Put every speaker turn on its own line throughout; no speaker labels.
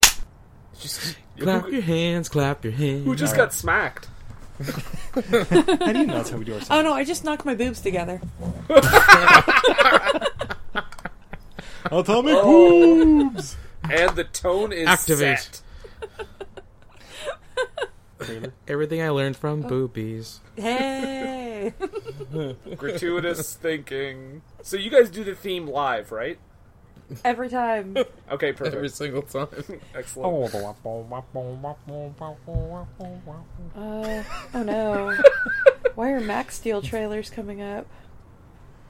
Just
clap your hands, clap your hands.
Who just got smacked?
How do you know that's how we do our song?
Oh no, I just knocked my boobs together.
Atomic boobs.
And the tone is
Activate.
set.
Everything I learned from boobies.
Hey.
Gratuitous thinking. So you guys do the theme live, right?
Every time.
Okay, perfect.
every single time.
Excellent.
Uh, oh no. Why are Max Steel trailers coming up?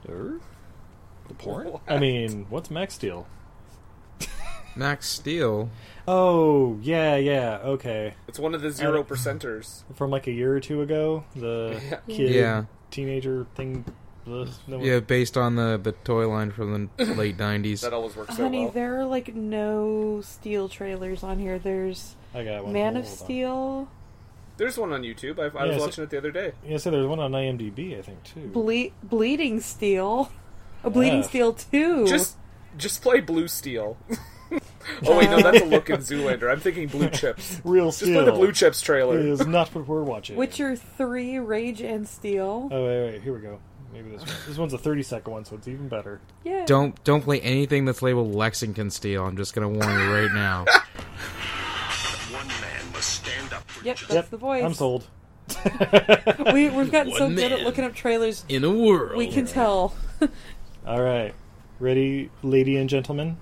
Er? The porn? I mean, what's Max Steel?
Max Steel.
Oh, yeah, yeah, okay.
It's one of the zero percenters.
From like a year or two ago, the kid,
Yeah.
teenager thing. Ugh, no one-
Yeah, based on the, the toy line from the late 90s.
That always works so
Honey,
well.
there are like no Steel trailers on here. There's
I got one.
Man of
Hold on.
Steel,
There's one on YouTube. I, I was
Yeah, so-
watching it the other day.
Yeah, so there's one on IMDb, I think, too.
Ble- Bleeding Steel, a Bleeding
Yeah.
Steel too.
Just, just play Blue Steel. oh wait, no, that's a look in Zoolander. I'm thinking Blue Chips.
Real
Just
Steel.
play the Blue Chips trailer.
It is not what we're watching.
Witcher Three, Rage and Steel.
Oh wait, wait, here we go. Maybe this one. This one's a thirty-second one, so it's even better.
yeah.
Don't don't play anything that's labeled Lexington Steel. I'm just gonna warn you right now.
One man must stand up for
Yep, that's
Yep,
the voice.
I'm sold.
We, we've gotten so
One
good at
man.
looking up trailers,
In a world,
we can tell.
All right, ready, lady and gentlemen.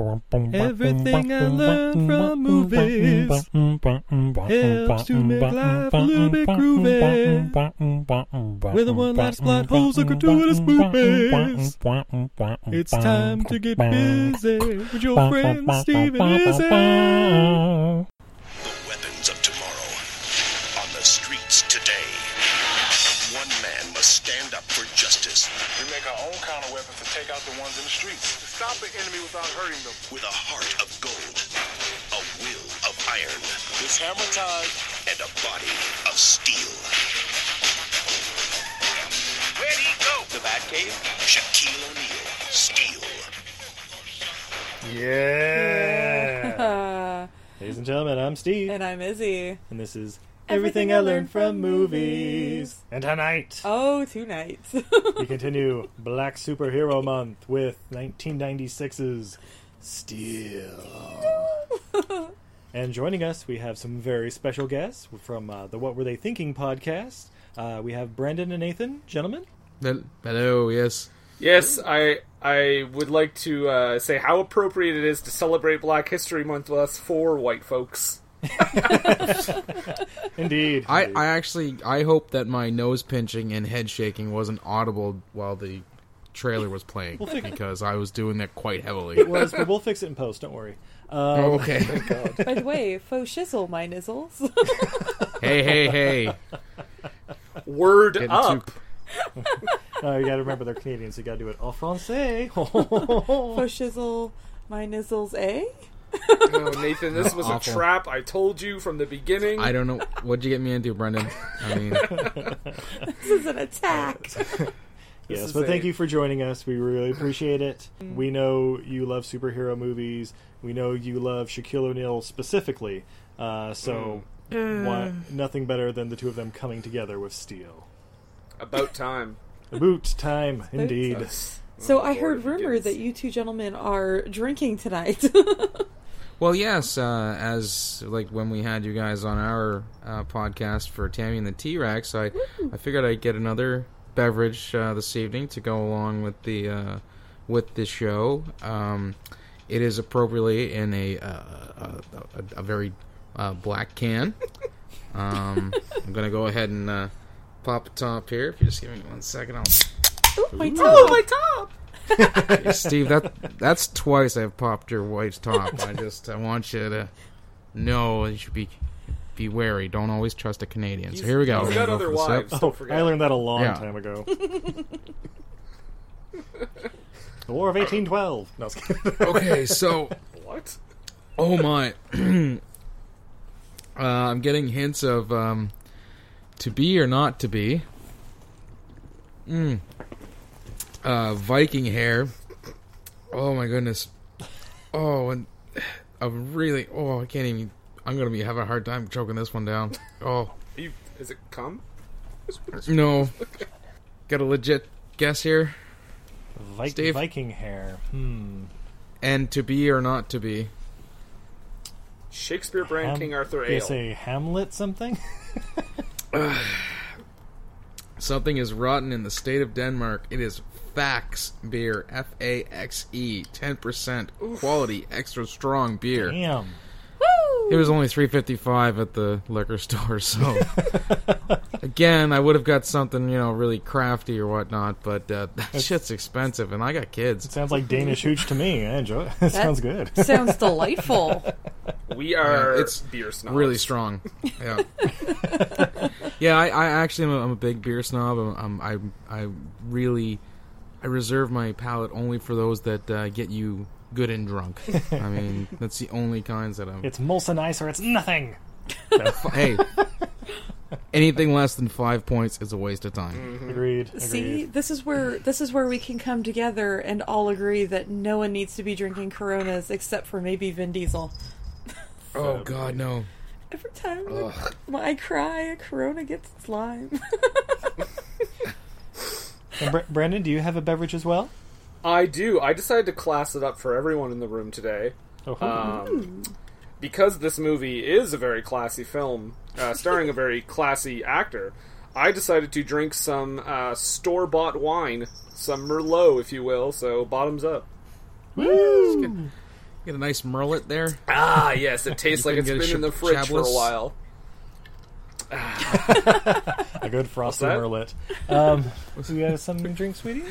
Everything I learned from movies helps to make life a little bit groovy. Whether one likes plot holes or gratuitous movies, it's time to get busy with your friend Steven Izzy.
the weapons of tomorrow on the streets today. One man must stand up for justice
We make our own counter weapons to take out the ones in the streets. To stop the enemy without hurting them.
with a heart of gold, a will of iron. This hammer time. And a body of steel. Where'd he go? The Batcave? Shaquille O'Neal. Steel.
Yeah.
Uh,
Ladies and gentlemen, I'm Steve,
and I'm Izzy.
and this is
Everything I Learned From Movies.
And tonight
Oh, two nights.
we continue Black Superhero Month with 1996's Steel. And joining us, we have some very special guests from uh, the What Were They Thinking podcast. Uh, we have Brandon and Nathan, gentlemen.
Hel- Hello, yes.
Yes, I I would like to uh, say how appropriate it is to celebrate Black History Month with us four white folks.
Indeed.
I, I actually I hope that my nose pinching and head shaking wasn't audible while the trailer was playing because I was doing that quite heavily.
was, but we'll fix it in post. Don't worry. Um,
Okay.
By the way, faux shizzle, my nizzles.
hey, hey, hey.
Word
Getting
up.
too-
no, Uh, you got to remember they're Canadians. you got to do it en français.
faux shizzle, my nizzles, eh?
Oh, Nathan, this was a
Awful.
trap. I told you from the beginning.
I don't know. What'd you get me into, Brendan? I mean,
This is an attack.
yes,
is
but thank
a-
you for joining us. We really appreciate it. We know you love superhero movies. We know you love Shaquille O'Neal specifically. Uh, so, why, nothing better than the two of them coming together with Steel.
About time.
Boot time, indeed.
So
Oh,
I
Lord,
heard
it
rumor
begins.
that you two gentlemen are drinking tonight.
well, yes. Uh, as like when we had you guys on our uh, podcast for Tammy and the T Rex, I I figured I'd get another beverage uh, this evening to go along with the uh, with the show. Um, it is appropriately in a uh, a, a, a very uh, black can. Um, I'm gonna go ahead and uh, pop the top here. If you just give me one second, I'll
my top.
top.
Steve, that that's twice I've popped your wife's top. I just I want you to know you should be be wary. Don't always trust a Canadian. So here we go.
He's
We're
got
gonna
other
go for the sip.
wives.
Oh,
Don't
I
forget.
learned that a long
Yeah.
time ago. the War of 1812. No, I was kidding.
Okay, so
What?
oh my, uh, I'm getting hints of um, to be or not to be. Hmm. Mm. Uh, Viking hair. Oh my goodness. Oh, and a really oh I can't even I'm gonna be having a hard time choking this one down. Oh
Are you, is it cum?
no, got a legit guess here.
Vi-
Steve?
Viking hair. Hmm.
And to be or not to be.
Shakespeare brand
Ham-
King Arthur
you
ale.
say Hamlet something?
Something is rotten in the state of Denmark. It is Fax beer, F A X E, ten percent quality, extra strong beer.
Damn.
It was only three fifty five at the liquor store, so again, I would have got something you know really crafty or whatnot, but uh, that shit's expensive, and I got kids.
Sounds like Danish hooch to me. I enjoy it. That sounds good.
Sounds delightful.
We are
Yeah, it's
it's beer snobs.
Really strong, yeah, yeah. I, I actually am a, I'm a big beer snob. I'm, I'm, I, I really, I reserve my palate only for those that uh, get you good and drunk. I mean, that's the only kinds that I'm.
It's Molson Ice or it's nothing.
hey, anything less than five points is a waste of time.
Agreed. Agreed.
See, this is where this is where we can come together and all agree that no one needs to be drinking Coronas except for maybe Vin Diesel.
Oh God, no.
Every time when I cry, a Corona gets its lime.
And Br- Brandon, do you have a beverage as well?
I do. I decided to class it up for everyone in the room today.
Oh,
Um, because this movie is a very classy film, uh, starring a very classy actor, I decided to drink some uh, store bought wine, some Merlot, if you will, so bottoms up.
woo!
Get a nice merlet there.
Ah, yes, it tastes
You can
like it's
get a
been
sh-
in the fridge for a
Chablis.
while.
A good frosty
that?
merlet. Um, do you have something to drink, sweetie?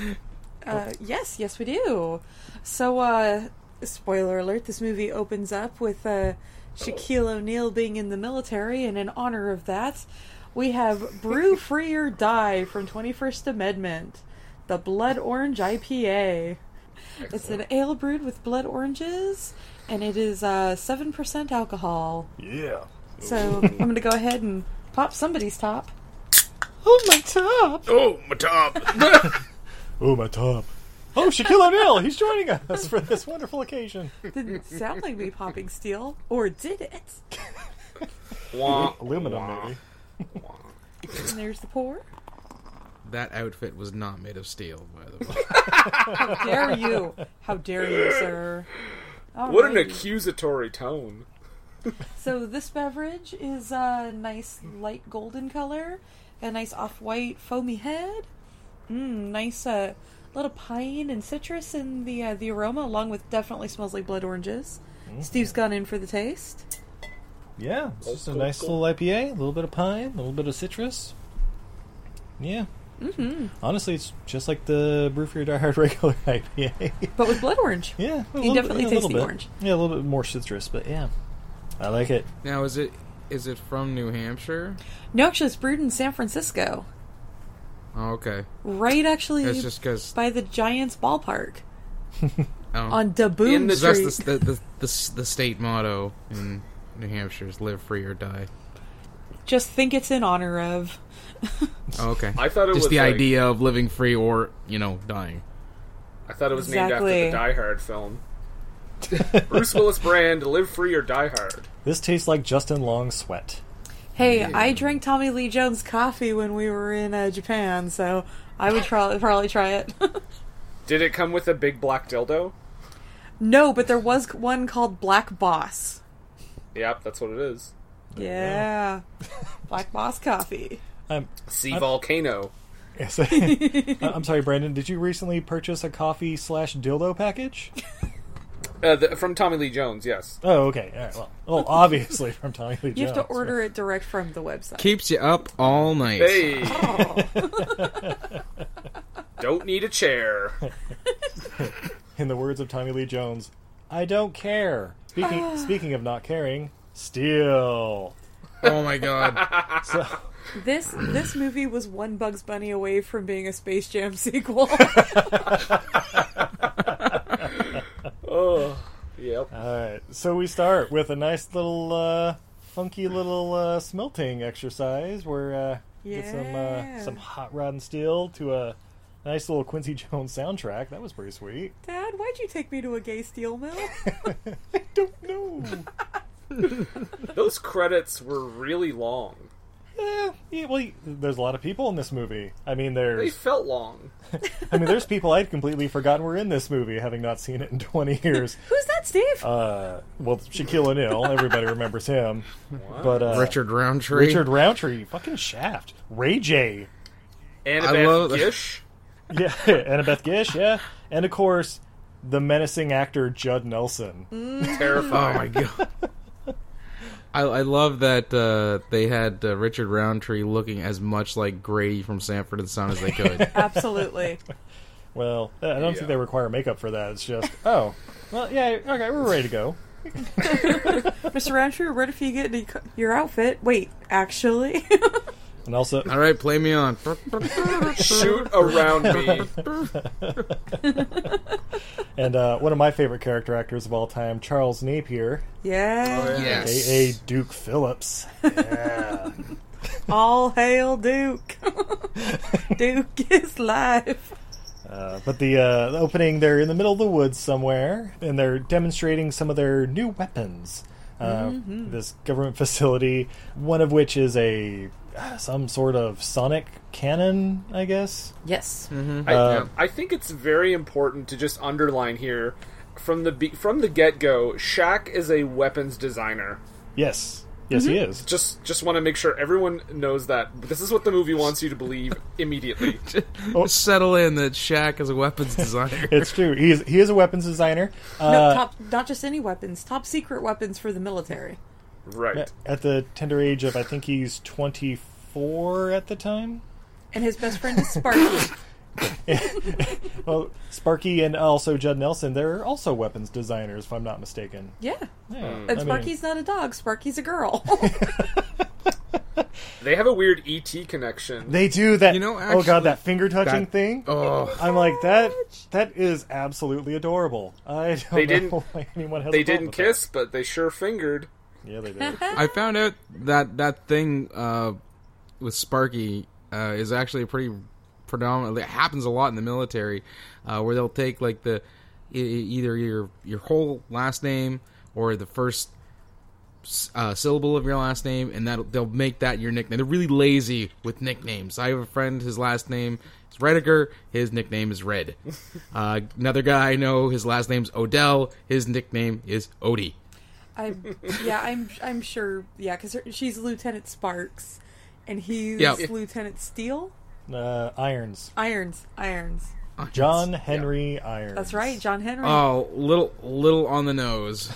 Uh, yes, yes, we do. So, uh, spoiler alert: this movie opens up with uh, Shaquille O'Neal being in the military, and in honor of that, we have Brew Free or Die from Twenty First Amendment, the Blood Orange IPA. It's an ale brewed with blood oranges, and it is uh, seven percent alcohol.
Yeah.
So I'm going to go ahead and pop somebody's top.
Oh my top!
Oh, my top.
Oh my top! Oh, Shaquille O'Neal! He's joining us for this wonderful occasion.
Didn't sound like me popping steel, or did it?
Wah.
Aluminum, maybe.
And there's the pour.
That outfit was not made of steel, by the way.
dare you? How dare you, sir?
What an
Alrighty.
accusatory tone.
So this beverage is a nice light golden color, a nice off-white foamy head, mm, nice uh, little pine and citrus in the uh, the aroma, along with definitely smells like blood oranges.
Mm-hmm.
Steve's gone in for the taste.
Yeah, it's just a nice little IPA, a little bit of pine, a little bit of citrus. Yeah. Mm-hmm. Honestly, it's just like the Brew for Your Die Hard regular IPA.
But with blood orange.
yeah, a
You
little
definitely
bit, yeah, a
taste
little
the
bit.
orange.
Yeah, a little bit more citrus, but yeah, I like it.
Now, is it is it from New Hampshire?
No, actually, it's brewed in San Francisco.
Oh, okay,
Right, actually,
it's just because
by the Giants ballpark
oh,
on Daboom
In the-
Street.
that's the, the, the, the s- the state motto in New Hampshire is "Live free or die."
Just think it's in honor of.
Oh, okay,
I thought it
just
was
the
like-
idea of living free or you know dying.
I thought it was named after
Exactly.
the Die Hard film. Bruce Willis brand, live free or die hard.
This tastes like Justin Long's sweat.
Hey, I drank Tommy Lee Jones coffee when we were in uh, Japan, so I would probably probably try it.
Did it come with a big black dildo?
no, but there was one called Black Boss.
Yep, that's what it is.
Yeah, Black Boss coffee.
I'm,
Sea Volcano.
yes, I- I'm sorry, Brandon. Did you recently purchase a coffee slash dildo package?
Uh, the, from Tommy Lee Jones, yes.
Oh, okay. All right, well, well, obviously from Tommy Lee Jones.
You have to order it direct from the website.
Keeps you up all night.
Hey,
Oh,
don't need a chair.
In the words of Tommy Lee Jones, I don't care. Speaking
Ah.
speaking of not caring, still.
Oh my god!
this this movie was one Bugs Bunny away from being a Space Jam sequel.
Oh, yep.
All right. So we start with a nice little uh, funky little uh, smelting exercise where uh, we get some
Yeah.
uh, some hot rod and steel to a Nice little Quincy Jones soundtrack. That was pretty sweet.
Dad, why'd you take me to a gay steel mill?
I don't know.
Those credits were really long.
yeah, yeah, well, y- there's a lot of people in this movie. I mean,
They
there's
felt long.
I mean, there's people I'd completely forgotten were in this movie, having not seen it in 20 years.
Who's that, Steve?
Uh, well, Shaquille O'Neal, everybody remembers him. But uh,
Richard Roundtree.
Richard Roundtree, fucking Shaft, Ray J,
Annabeth
love-
Gish.
yeah, Annabeth Gish, yeah, and of course the menacing actor Judd Nelson.
Oh
Terrifying.
my god. I, I love that uh, they had uh, Richard Roundtree looking as much like Grady from Sanford and Son as they could.
Absolutely.
Well, I don't
Yeah.
think they require makeup for that. It's just oh, well, yeah, okay, we're ready to go.
Mr. Roundtree, where if you get any co- your outfit? Wait, actually,
Oh, And also,
All right, play me on.
Shoot around me.
and uh, one of my favorite character actors of all time, Charles Napier,
yeah.
Yes.
aka Duke Phillips. Yeah.
All hail Duke. Duke is live.
Uh, but the, uh, the opening, they're in the middle of the woods somewhere, and they're demonstrating some of their new weapons. Uh, This government facility, one of which is a uh, some sort of sonic cannon, I guess.
Yes.
Mm-hmm.
I,
Uh,
I think it's very important to just underline here from the be- from the get go. Shaq is a weapons designer.
Yes, yes, he is.
Just just want to make sure everyone knows that this is what the movie wants you to believe immediately.
Settle in that Shaq is a weapons designer.
It's true. He is he is a weapons designer. Uh,
No, top, not just any weapons, top secret weapons for the military.
right.
at the tender age of, I think he's twenty four at the time.
And his best friend is Sparky.
Well, Sparky and also Judd Nelson, they're also weapons designers, if I'm not mistaken.
yeah.
Yeah, I
And
mean-
Sparky's not a dog, Sparky's a girl.
They have a weird ET connection.
They do that.
You know,
oh god,
actually,
that finger touching
that-
thing.
Oh,
I'm like that. That is absolutely adorable. I don't
They
know
didn't-
why anyone has.
They
a problem
didn't
with that.
kiss, but they sure fingered.
Yeah, they did.
I found out that that thing uh, with Sparky uh, is actually a pretty predominantly it happens a lot in the military, uh, where they'll take like the e- e- either your your whole last name or the first s- uh, syllable of your last name, and that they'll make that your nickname. They're really lazy with nicknames. I have a friend; his last name is Rediger. His nickname is Red. Uh, another guy I know; his last name's Odell. His nickname is Odie.
I'm, yeah, I'm I'm sure. Yeah, because she's Lieutenant Sparks, and he's
Yep.
Lieutenant Steel.
uh, Irons,
Irons, Irons.
John Henry Irons.
That's right, John Henry.
Oh, little little on the nose.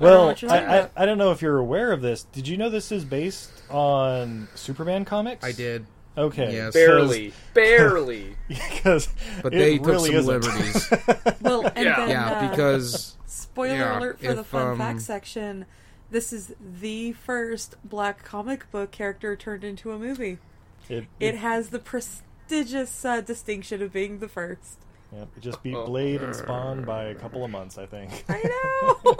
Well,
what you're
I,
talking
I,
about.
I don't know if you're aware of this. Did you know this is based on Superman comics?
I did,
Okay.
Yes.
Barely, barely.
Because
but
it
they took
really
some
isn't.
liberties.
well, and
Yeah.
then
yeah,
uh,
because
spoiler
yeah,
alert for the
if,
fun
um,
fact section. This is the first black comic book character turned into a movie.
It,
It has the prestigious uh, distinction of being the first.
yeah, it just
Oh.
beat Blade and Spawn by a couple of months, I think.
I know.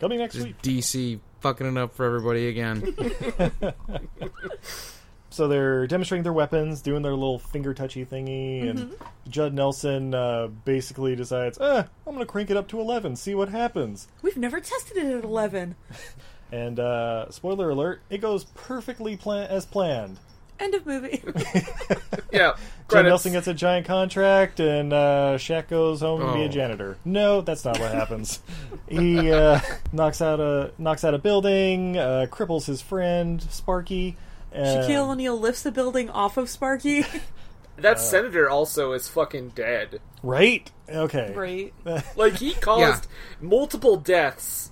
Coming next week.
DC fucking it up for everybody again.
so they're demonstrating their weapons, doing their little finger touchy thingy, and
Mm-hmm.
Judd Nelson uh, basically decides, eh, I'm going to crank it up to 11, see what happens.
We've never tested it at eleven.
And uh, spoiler alert, it goes perfectly pla- as planned.
End of movie.
Yeah.
Judd
credits.
Nelson gets a giant contract, and uh, Shaq goes home to be a
Oh.
janitor. No, that's not what happens. he uh, knocks out a knocks out a building, uh, cripples his friend Sparky. and-
Shaquille O'Neal lifts the building off of Sparky.
that
uh,
senator also is fucking dead.
right? Okay.
Great.
Like he caused multiple deaths,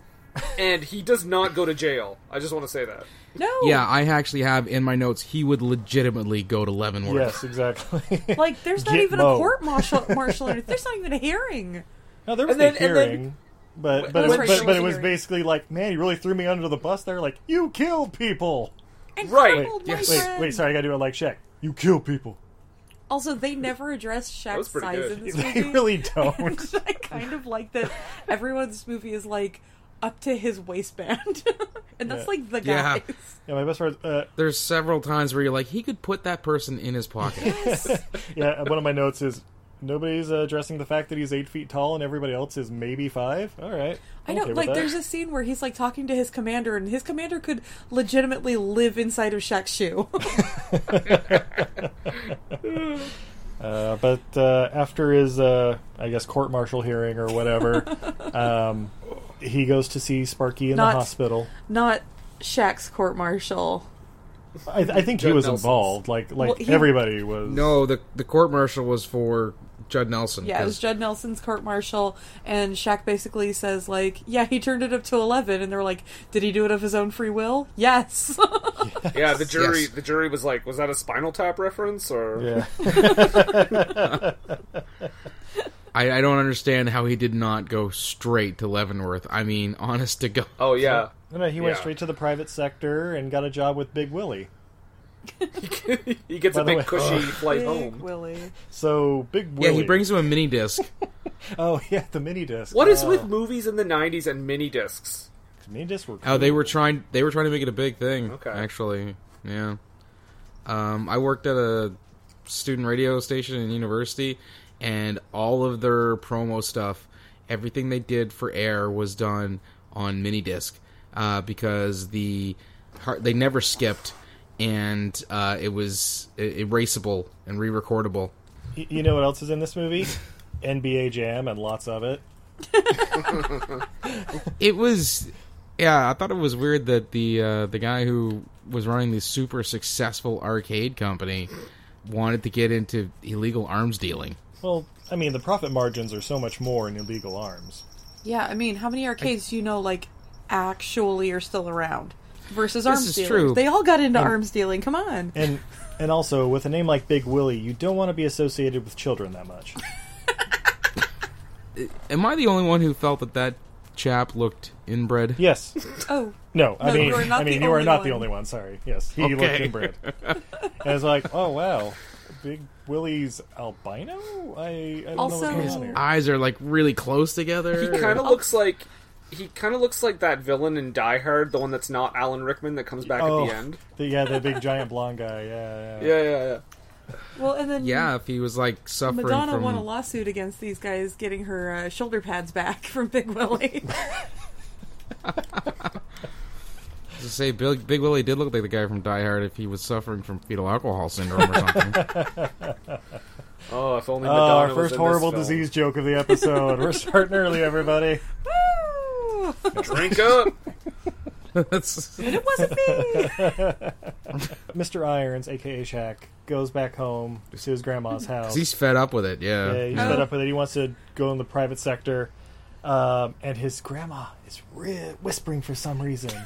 and he does not go to jail. I just want to say that.
No.
yeah, I actually have in my notes he would legitimately go to Leavenworth.
Yes, exactly.
Like there's not
Get
even
mowed.
a court martial martial. or- there's not even a hearing.
no, there was
And
a
then- and then-
hearing, but but,
That's
it-
right,
but,
there
but
was
it
a
was
hearing.
basically like, man, you really threw me under the bus there. Like you kill people.
And
Right.
crippled
Wait,
my
yes.
Wait,
friend.
wait, sorry, I gotta do it like Shaq. You kill people.
Also, they never address Shaq's
was pretty
size
good.
in this
They
movie.
really don't.
I kind of like that everyone's movie is like up to his waistband. and that's
Yeah.
like the
Yeah.
guys.
Yeah, my best friend. Uh,
There's several times where you're like, he could put that person in his pocket.
yeah, uh, one of my notes is nobody's uh, addressing the fact that he's eight feet tall and everybody else is maybe five. All right,
I know,
okay with
like,
that.
there's a scene where he's like talking to his commander, and his commander could legitimately live inside of Shaq's shoe.
Uh, but uh, after his, uh, I guess, court martial hearing or whatever, um, he goes to see Sparky in
Not-
the hospital.
Not Shaq's court martial.
I, I think he
Judd
was
Nelson's.
involved. Like, like
Well, he-
everybody was.
No, the the court martial was for Judd Nelson.
Yeah, it was
'cause-
Judd Nelson's court martial, and Shaq basically says, like, yeah, he turned it up to 11, and they're like, did he do it of his own free will? Yes.
Yeah, the jury
Yes.
the jury was like, was that a Spinal Tap reference or?
Yeah.
I, I don't understand how he did not go straight to Leavenworth. I mean, honest to God.
Oh yeah,
No, no, he went
Yeah.
straight to the private sector and got a job with Big Willie.
he gets
By the
a big
way-
cushy flight
Big
home.
Willie.
So Big
Yeah,
Willie.
he brings him a mini disc.
Oh yeah, the mini disc.
What is
Oh.
with movies in the '90s and mini discs?
mini discs? Were
Oh, they
cool.
were trying. They were trying to make it a big thing.
Okay.
Actually, yeah. Um, I worked at a student radio station in university, and all of their promo stuff, everything they did for air was done on mini disc, uh, because the har- they never skipped, and uh, it was i- erasable and re-recordable.
Y- You know what else is in this movie? NBA Jam and lots of it.
it was yeah i thought it was weird that the uh, the guy who was running the super successful arcade company wanted to get into illegal arms dealing
Well, I mean, the profit margins are so much more in illegal arms.
Yeah, I mean, how many arcades do you know, like, actually are still around? Versus arms
is
dealers.
true.
They all got into arms dealing. Come on.
And and also with a name like Big Willie, you don't want to be associated with children that much.
am i the only one who felt that that chap looked inbred
Yes.
Oh,
No. I
No,
mean,
you are not
I mean,
the
you are
only
not
one.
the only one. Sorry. Yes, he
Okay.
looked inbred. and it's like, oh wow, Big Willie's albino. I, I don't know
Also-
what's going on here.
eyes are like really close together
He kind
Oh.
of looks like he kind of looks like that villain in Die Hard, the one that's not Alan Rickman that comes back
Oh,
at the end.
the- yeah, the big giant blonde guy. Yeah, yeah.
Yeah, yeah, yeah.
well, and then
yeah if he was like suffering
Madonna
from
won a lawsuit against these guys getting her uh, shoulder pads back from Big Willie.
to say big, big willie did look like the guy from die hard if he was suffering from fetal alcohol syndrome or something
Oh, if only
Oh,
Madonna
our
was
first
in this
horrible
film.
disease joke of the episode. We're starting early, everybody.
Woo!
Drink up.
That's-
it wasn't me.
Mr. Irons, aka Shaq, goes back home to his grandma's house.
he's fed up with it yeah,
Yeah, he's fed up with it. He wants to go in the private sector, um, and his grandma is ri whispering for some reason.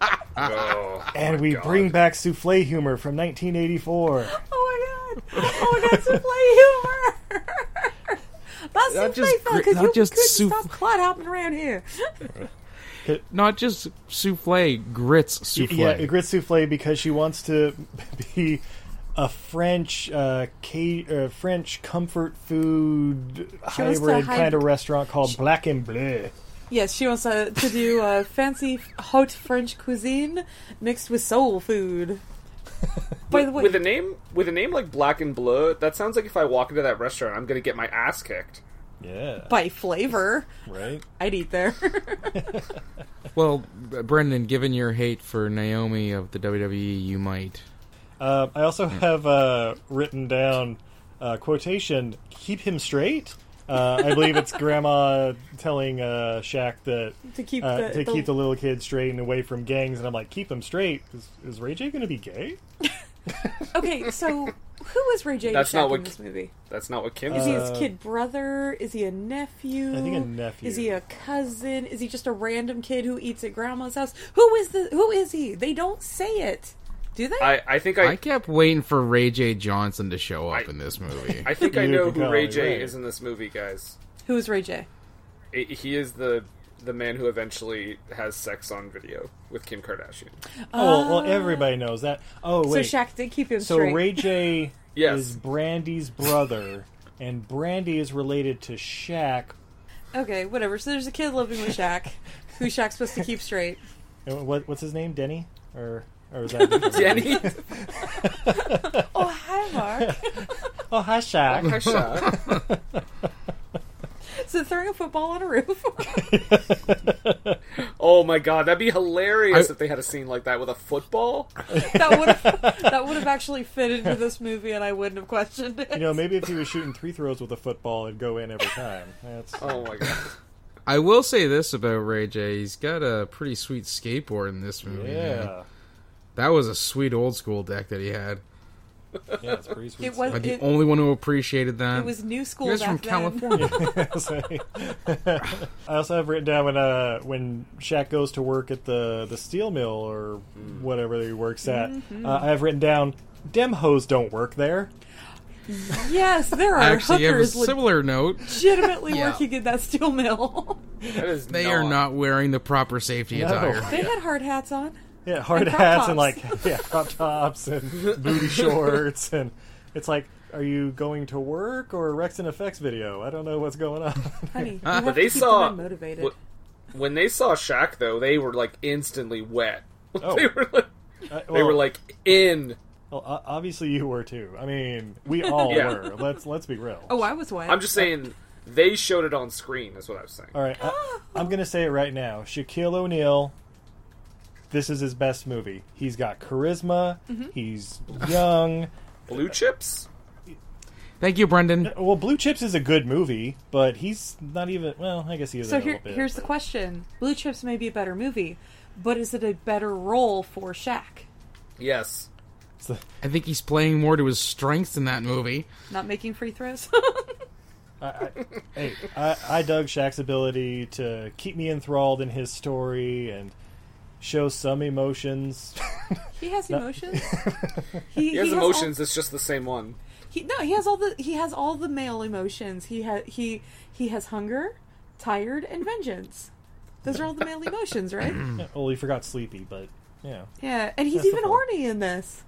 Oh.
And we bring back souffle humor from 1984.
Oh my god! Oh my god! Souffle humor. That's
Not
not
just
souffle fun
gri-
because
not
you
just
couldn't
souff-
stop clot hopping around here.
not just souffle grits souffle
Yeah, grit souffle because she wants to be a French, uh, ca- uh, French comfort food
wants to hyd-
hybrid kind of restaurant called Black and Bleu.
Yes, she wants uh, to do uh, fancy haute French cuisine mixed with soul food. By the way,
With a name, with a name like Black and Blue, that sounds like if I walk into that restaurant, I'm gonna get my ass kicked.
Yeah,
by flavor,
right.
I'd eat there.
Well, Brendan, given your hate for Naomi of the WWE, you might.
Uh, I also have uh, written down uh, quotation: "Keep him straight." Uh, I believe it's Grandma telling uh, Shaq that
To keep
uh,
the-
to
the-
keep the little kids straight and away from gangs, and I'm like, "Keep them straight." Is, is Ray J going to be gay?
okay, so who is Ray J. and
That's not
Shaq
what-
in this movie?
That's not what Kim.
Is he
said.
his kid brother? Is he a nephew?
Uh, I think a nephew.
Is he a cousin? Is he just a random kid who eats at grandma's house? Who is the? Who is he? They don't say it, do they?
I, I think I,
I
I,
kept waiting for Ray J. Johnson to show up
I-
in this movie.
think I
You
know
can
who
tell,
Ray J
right.
is in this movie, guys.
who is Ray J?
I he is the the man who eventually has sex on video with Kim Kardashian.
Oh well, everybody knows that. Oh wait,
Uh, So Shaq did keep him
So
straight.
Ray J
Yes.
is Brandy's brother, and Brandy is related to Shaq.
okay, whatever. So there's a kid living with Shaq, who Shaq's supposed to keep straight.
And Uh, what, what's his name? Denny or or is that
Denny?
Oh, hi, Mark.
oh, hi, Shaq.
Hasha.
so throwing a football on a roof.
Oh my god, that'd be hilarious
I-
if they had a scene like that with a football.
that would have that would have actually fit into this movie, and I wouldn't have questioned it.
you know, maybe if he was shooting three throws with a football, it'd go in every time. That's
Oh my god.
I will say this about Ray J. He's got a pretty sweet skateboard in this movie. man.
yeah,
That was a sweet old school deck that he had.
yeah, it's pretty sweet.
it was
I'm the
it,
only one who appreciated that.
it was new school.
he was
back
from
then.
California.
I also have written down when uh, when Shaq goes to work at the the steel mill or
Hmm.
whatever he works at.
Mm-hmm.
Uh, I have written down dem hoes don't work there.
Yes, there are
I actually have a
hookers
similar note.
legitimately
Yeah.
working at that steel mill.
That is
They are not wearing the proper safety
No.
attire.
they had hard hats on.
Yeah, hard
And crop
hats and like
tops.
yeah, crop tops and booty shorts and it's like are you going to work or Rex and Effects video? I don't know what's going on.
Honey, you
But
have
they
to keep
saw-
them motivated.
what- When they saw Shaq though, they were like instantly wet.
Oh.
they were like
Uh,
they were
well,
like in.
well, o- obviously you were too. I mean, we all
Yeah.
were. Let's let's be real.
oh, I was one.
I'm just saying they showed it on screen is what I was saying.
All right, I, I'm gonna say it right now. Shaquille O'Neal. This is his best movie. He's got charisma.
Mm-hmm.
He's young.
Blue chips?
Thank you, Brendan.
well, Blue Chips is a good movie, but he's not even. Well, I guess he is.
So
a
here,
little bit,
here's the question: Blue Chips may be a better movie, but is it a better role for Shaq?
Yes.
So-
I think he's playing more to his strengths in that movie.
Not making free throws.
I, I, hey, I, I dug Shaq's ability to keep me enthralled in his story and show some emotions.
he has emotions. he,
He has
all-
emotions, it's just the same one.
he, no, he has all the he has all the male emotions. He ha, he he has hunger, tired, and vengeance. Those are all the male emotions, right?
well, he forgot Sleepy, but yeah,
Yeah, and he's
That's the
even
point.
horny in this.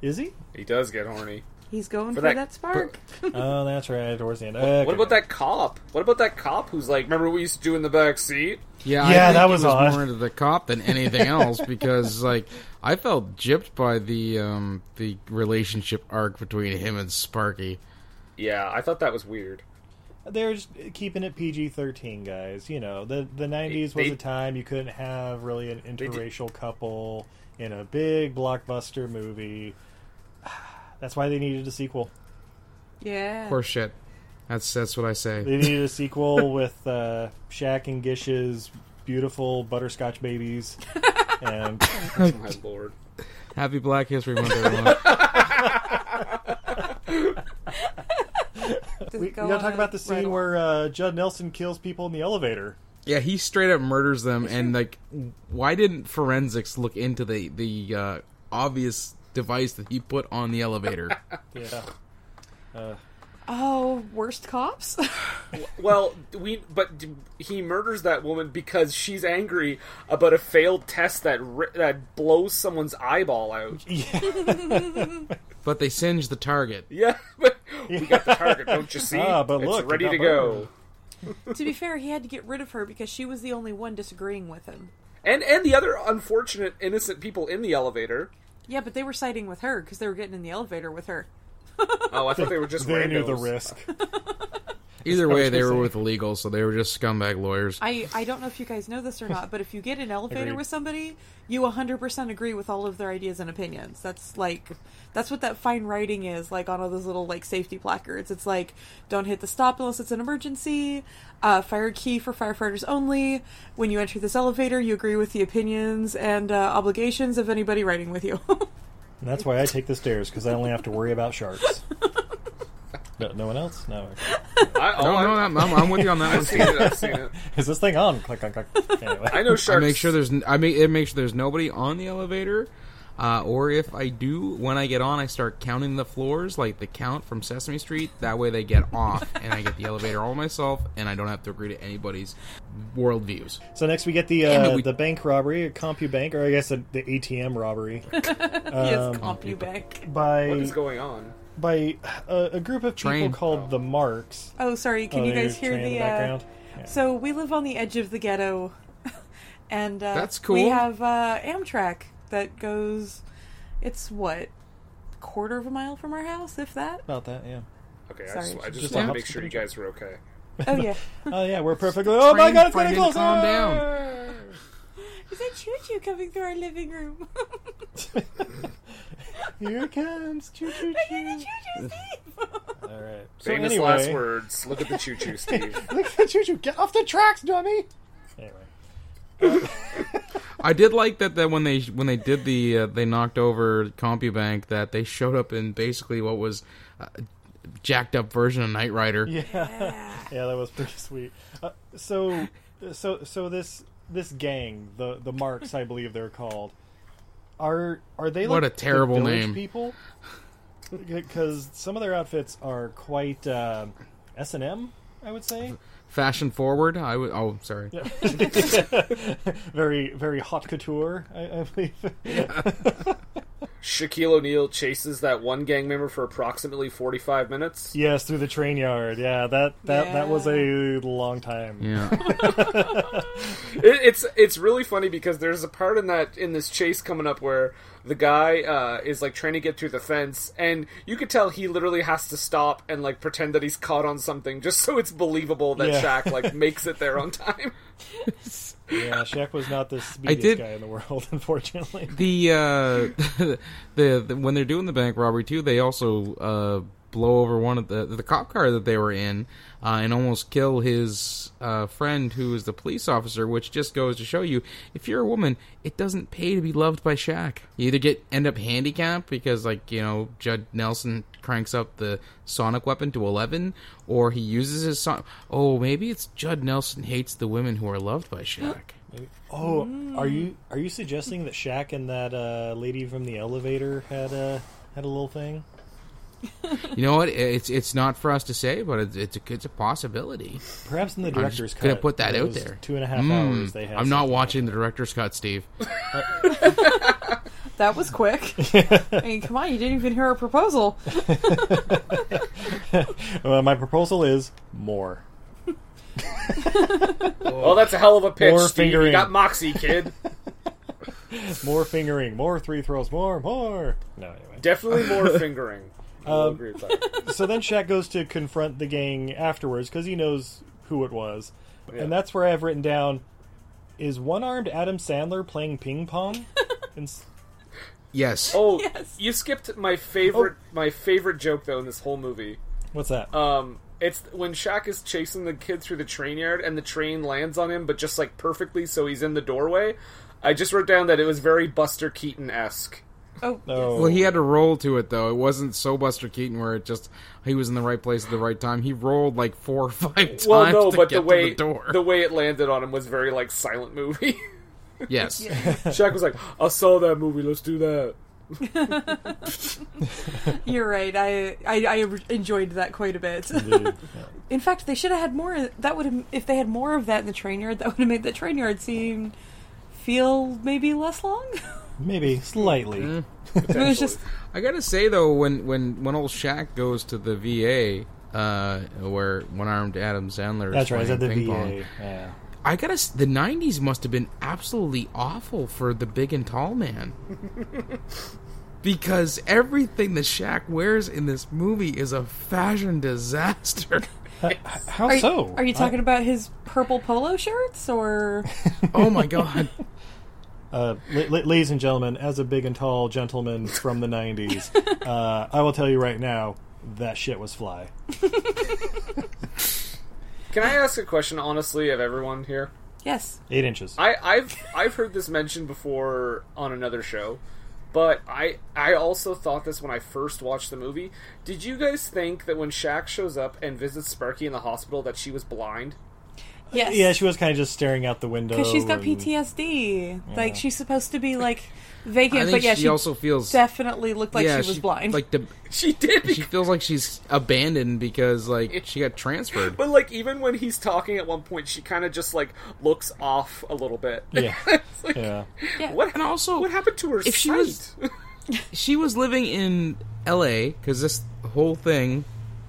is he?
He does get horny.
He's going for,
For
that,
that-
spark.
Oh, that's right. Towards the end.
What about that cop? What about that cop who's like, remember what we used to do in the back seat?
Yeah,
Yeah,
I think
that
he
was
was
odd.
more into the cop than anything else because, like, I felt gypped by the um, the relationship arc between him and Sparky.
Yeah, I thought that was weird.
They're just keeping it PG thirteen, guys. You know, the the nineties was
They-
a time you couldn't have really an
did-
interracial couple in a big blockbuster movie. That's why they needed a sequel.
Yeah.
Poor shit. That's that's what I
They
say.
needed a sequel with uh, Shaq and Gish's beautiful butterscotch babies. And
Oh my lord.
Happy Black History Month, everyone.
Just
we, we
go
gotta
on
talk
a-
about the scene
right along.
where uh, Judd Nelson kills people in the elevator.
yeah, he straight up murders them, and like, why didn't forensics look into the the uh, obvious device that he put on the elevator?
Yeah.
oh worst cops.
Well, we but d- he murders that woman because she's angry about a failed test that ri- that blows someone's eyeball out.
but they singe the target.
Yeah, but we got the target, don't you see?
Ah, but
it's
look,
ready
it got
to go.
to be fair, he had to get rid of her because she was the only one disagreeing with him.
And and the other unfortunate innocent people in the elevator.
Yeah, but they were siding with her because they were getting in the elevator with her.
Oh, I thought they were just
They knew the
randos.
risk.
Either
what I
way,
was
they
gonna
were
say.
with legal, so they were just scumbag lawyers.
I, I don't know if you guys know this or not, but if you get in an elevator
Agreed.
with somebody, you 100% agree with all of their ideas and opinions. That's like, that's what that fine writing is, like on all those little like safety placards. It's like, don't hit the stop unless it's an emergency, uh, fire key for firefighters only. When you enter this elevator, you agree with the opinions and uh, obligations of anybody riding with you.
And that's why I take the stairs because I only have to worry about sharks. No, no one else? No.
I, oh,
No,
I,
no, I'm, I'm, I'm with you on that one.
I've seen
Steve.
it. I've seen it.
Is this thing on? Click, click, click. Anyway.
I know
I
sharks.
make sure there's n- I make it makes sure there's nobody on the elevator, uh, or if I do, when I get on, I start counting the floors like the count from Sesame Street. That way, they get off, and I get the elevator all myself, and I don't have to agree to anybody's worldviews.
So next we get the
And
uh,
we-
the bank robbery, CompuBank, or I guess the, the ATM robbery
yes, CompuBank.
what
by
is going on.
by uh, a, a group of
Train.
people called the Marks.
Oh, sorry. Can
Oh,
you
there's
guys hear
train in
the?
the
uh,
background? Yeah.
So we live on the edge of the ghetto, And uh,
That's
We
cool.
have uh, Amtrak that goes. It's what quarter of a mile from our house, if that.
About that, yeah.
Okay, I
Sorry,
just, I just
just
want
a
to make
hop-
sure you guys were okay.
Oh yeah,
Oh yeah, we're perfectly. Oh my god, it's
Frank,
getting closer.
calm down.
is that choo choo coming through our living room?
Here it comes choo choo
Is
choo.
it choo choo, Steve?
All right. So
Famous
anyway,
last words. Look at the choo choo, Steve.
Look at the choo choo. Get off the tracks, dummy. Anyway,
I did like that. That when they when they did the uh, they knocked over CompuBank, that they showed up in basically what was a jacked up version of Knight Rider.
yeah, yeah, that was pretty sweet. Uh, so, so, so this this gang, the the marks, I believe they're called. Are are they like
What a
the
terrible
village
name.
people? Because some of their outfits are quite uh, S and M. I would say
Fashion forward. I would. Oh, sorry.
very very hot couture. I, I believe.
Shaquille O'Neal chases that one gang member for approximately 45 minutes.
Yes, through the train yard. Yeah, that that that was a long time.
Yeah.
It, it's it's really funny because there's a part in that in this chase coming up where the guy uh, is like trying to get through the fence, and you could tell he literally has to stop and like pretend that he's caught on something just so it's believable that
Yeah.
Shaq like makes it there on time.
Yeah, Shaq was not the speediest
did-
guy in the world, unfortunately.
the uh, the, the when they're doing the bank robbery too, they also uh, blow over one of the the cop car that they were in uh, and almost kill his uh, friend who is the police officer. Which just goes to show you, if you're a woman, it doesn't pay to be loved by Shaq. You either get end up handicapped because like you know Judd Nelson cranks up the sonic weapon to eleven, or he uses his son. Oh, maybe it's Judd Nelson hates the women who are loved by Shaq.
Oh, are
Mm.
you are you suggesting that Shaq and that uh, lady from the elevator had a had a little thing?
You know what? It's it's not for us to say, but it's it's a, it's a possibility.
Perhaps in the
I'm just
director's cut.
gonna put that out
those
there.
Two and a half
Mm,
hours. They had.
I'm not
something.
watching the director's cut, Steve.
that was quick. I mean, come on, you didn't even hear a proposal.
Well, Uh, my proposal is more.
Well, Oh, that's a hell of a pitch.
Or
Steve. You
fingering.
got Moxie, kid.
More fingering, more three throws, more, more. No, anyway.
Definitely more fingering.
Um,
I'll agree with that.
so then Shaq goes to confront the gang afterwards because he knows who it was, and that's where I've written down: is one-armed Adam Sandler playing ping pong? and,
Yes.
Oh,
Yes.
you skipped my favorite
Oh.
my favorite joke though in this whole movie.
what's that?
Um, it's when Shaq is chasing the kid through the train yard and the train lands on him, but just like perfectly, so he's in the doorway. I just wrote down that it was very Buster Keaton esque.
Oh,
oh,
Well, he had a roll to it though. It wasn't so Buster Keaton where it just he was in the right place at the right time. He rolled like four or five times
Well, no,
to
but
get
the way
to the door.
way it landed on him was very like silent movie.
yes.
Shaq was like, "I saw that movie. Let's do that."
you're right. I, I I enjoyed that quite a bit. in fact, they should have had more. That would have if they had more of that in the train yard. That would have made the train yard seem feel maybe less long.
maybe slightly.
it was just
I gotta say though, when when when old Shaq goes to the VA. Uh, where one-armed Adam Sandler.
That's
is
right. Is that
playing
the
ping
VA?
pong.
Yeah.
I gotta. s- The '90s must have been absolutely awful for the big and tall man, because everything that Shaq wears in this movie is a fashion disaster.
How
Are you,
Oh, so?
are you
I-
talking about his purple polo shirts or?
Oh my god!
Uh, la- la- ladies and gentlemen, as a big and tall gentleman from the '90s, uh, I will tell you right now that shit was fly.
Can I ask a question, honestly, of everyone here?
Yes.
Eight inches.
I, I've I've heard this mentioned before on another show, but I I also thought this when I first watched the movie. Did you guys think that when Shaq shows up and visits Sparky in the hospital that she was blind?
Yes.
yeah, she was kind of just staring out the window.
because she's got
and-
PTSD. Like she's supposed to be like vacant,
I
but
think
yeah,
she,
she,
also feels
definitely looked like
yeah,
she was blind.
Like the,
She did.
she feels like she's abandoned because like she got transferred.
but like even when he's talking at one point, she kind of just like looks off a little bit.
Yeah.
It's like,
Yeah.
yeah.
What
And also,
what happened to her
if she was-
sight?
she was living in L.A. because this whole thing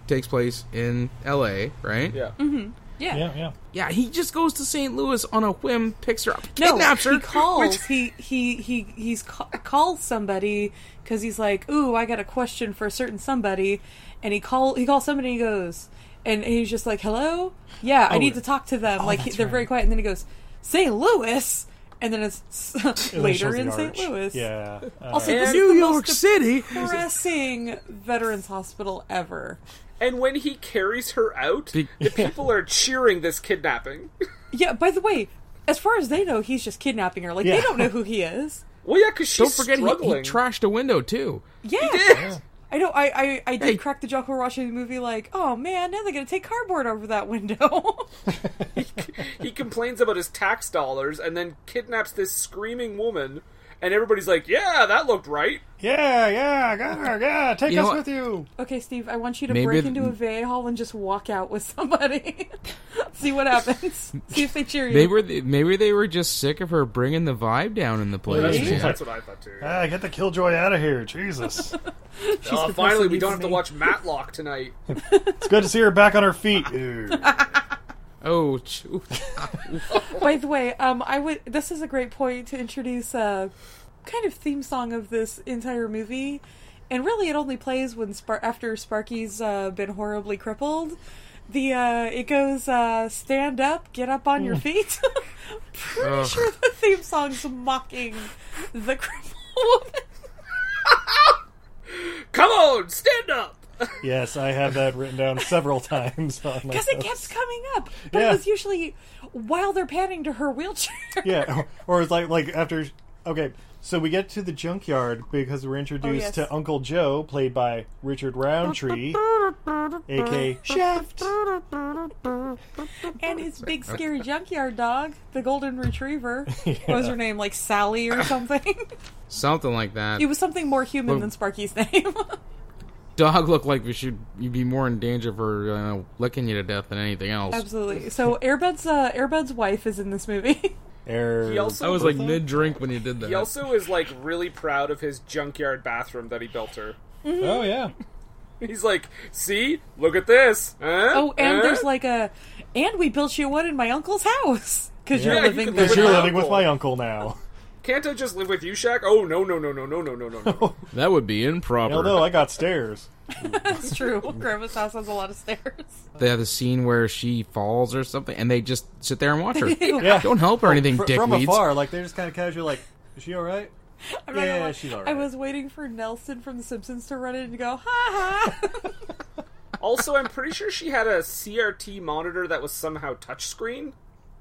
takes place in L.A. Right?
yeah.
Yeah.
Yeah, yeah.
Yeah, he just goes to St. Louis on a whim, picks her up,
No,
kidnaps her.
he calls. He he he he's ca- calls somebody because he's like, "Ooh, I got a question for a certain somebody," and he call he calls somebody. and He goes, and he's just like, "Hello, yeah, I
Oh.
need to talk to them."
Oh,
like he,
that's
they're very
right.
quiet, and then he goes, "St. Louis," and then it's later
Shows the
in St.
arch.
Louis.
Yeah. uh,
Also, this
New
is the
York
most
City.
depressing veterans hospital ever.
And when he carries her out,
Be-
the people are cheering this kidnapping.
Yeah. By the way, as far as they know, he's just kidnapping her. Like they
Yeah.
don't know who he is.
well, yeah, because she's
Don't forget, he, he
struggling.
trashed a window too.
Yeah.
Yeah.
I know. I I, I did
Hey.
crack the Jocko Rocha movie. Like, oh man, now they're gonna take cardboard over that window.
he complains about his tax dollars and then kidnaps this screaming woman, and everybody's like, "Yeah, that looked right."
yeah, yeah, yeah, yeah. Take
You know
us
what?
with you.
okay, Steve, I want you to
Maybe
break
th-
into a VA hall and just walk out with somebody. See what happens. See if they cheer you.
They were maybe they were just sick of her bringing the vibe down in the place.
Yeah.
man.
That's what I thought too.
Ah, get the killjoy out of here, Jesus!
Oh,
the
finally,
person
we don't have
needs
to
me.
watch Matlock tonight.
it's good to see her back on her feet. Ew.
Oh, choo-
By the way, um, I would. This is a great point to introduce a kind of theme song of this entire movie, and really, it only plays when Spar- after Sparky's uh, been horribly crippled. The uh, it goes uh, stand up, get up on your feet. Pretty
Ugh.
sure the theme song's mocking the crippled woman.
Come on, stand up.
yes, I have that written down several times. on my
Because it
notes.
kept coming up, but
Yeah.
it was usually while they're panning to her wheelchair.
yeah, or, or it's like like after. Okay, so we get to the junkyard because we're introduced
Oh, yes.
to Uncle Joe, played by Richard Roundtree, aka Shaft.
and his big scary junkyard dog, the golden retriever. What was her name? Like Sally or something?
something like that.
it was something more human than Sparky's name.
Dog looked like we should. You'd be more in danger for uh, licking you to death than anything else.
Absolutely. So Airbud's uh, Airbud's wife is in this movie.
Er,
He also
I was like mid drink when you did that.
He also is like really proud of his junkyard bathroom that he built her.
oh yeah,
He's like, "See, look at this." Huh?
Oh, and
Huh?"
there's like a, and we built you one in my uncle's house because
Yeah,
you're
you
living
can
there.
live
because
with
you're
my
living with
uncle.
my uncle now.
can't I just live with you, Shaq? Oh no, no, no, no, no, no, no, no, no.
that would be improper.
Hell no, I got stairs.
That's true. Grandma's house has a lot of stairs.
they have a scene where she falls or something, and they just sit there and watch her.
Yeah,
Don't help her or anything,
Fr-
dickweeds.
from afar, like they're just kind of casual, like, is she all right?
I'm not gonna
Yeah,
lie.
she's
I
alright.
was waiting for Nelson from The Simpsons to run in and go, ha ha.
also, I'm pretty sure she had a CRT monitor that was somehow touchscreen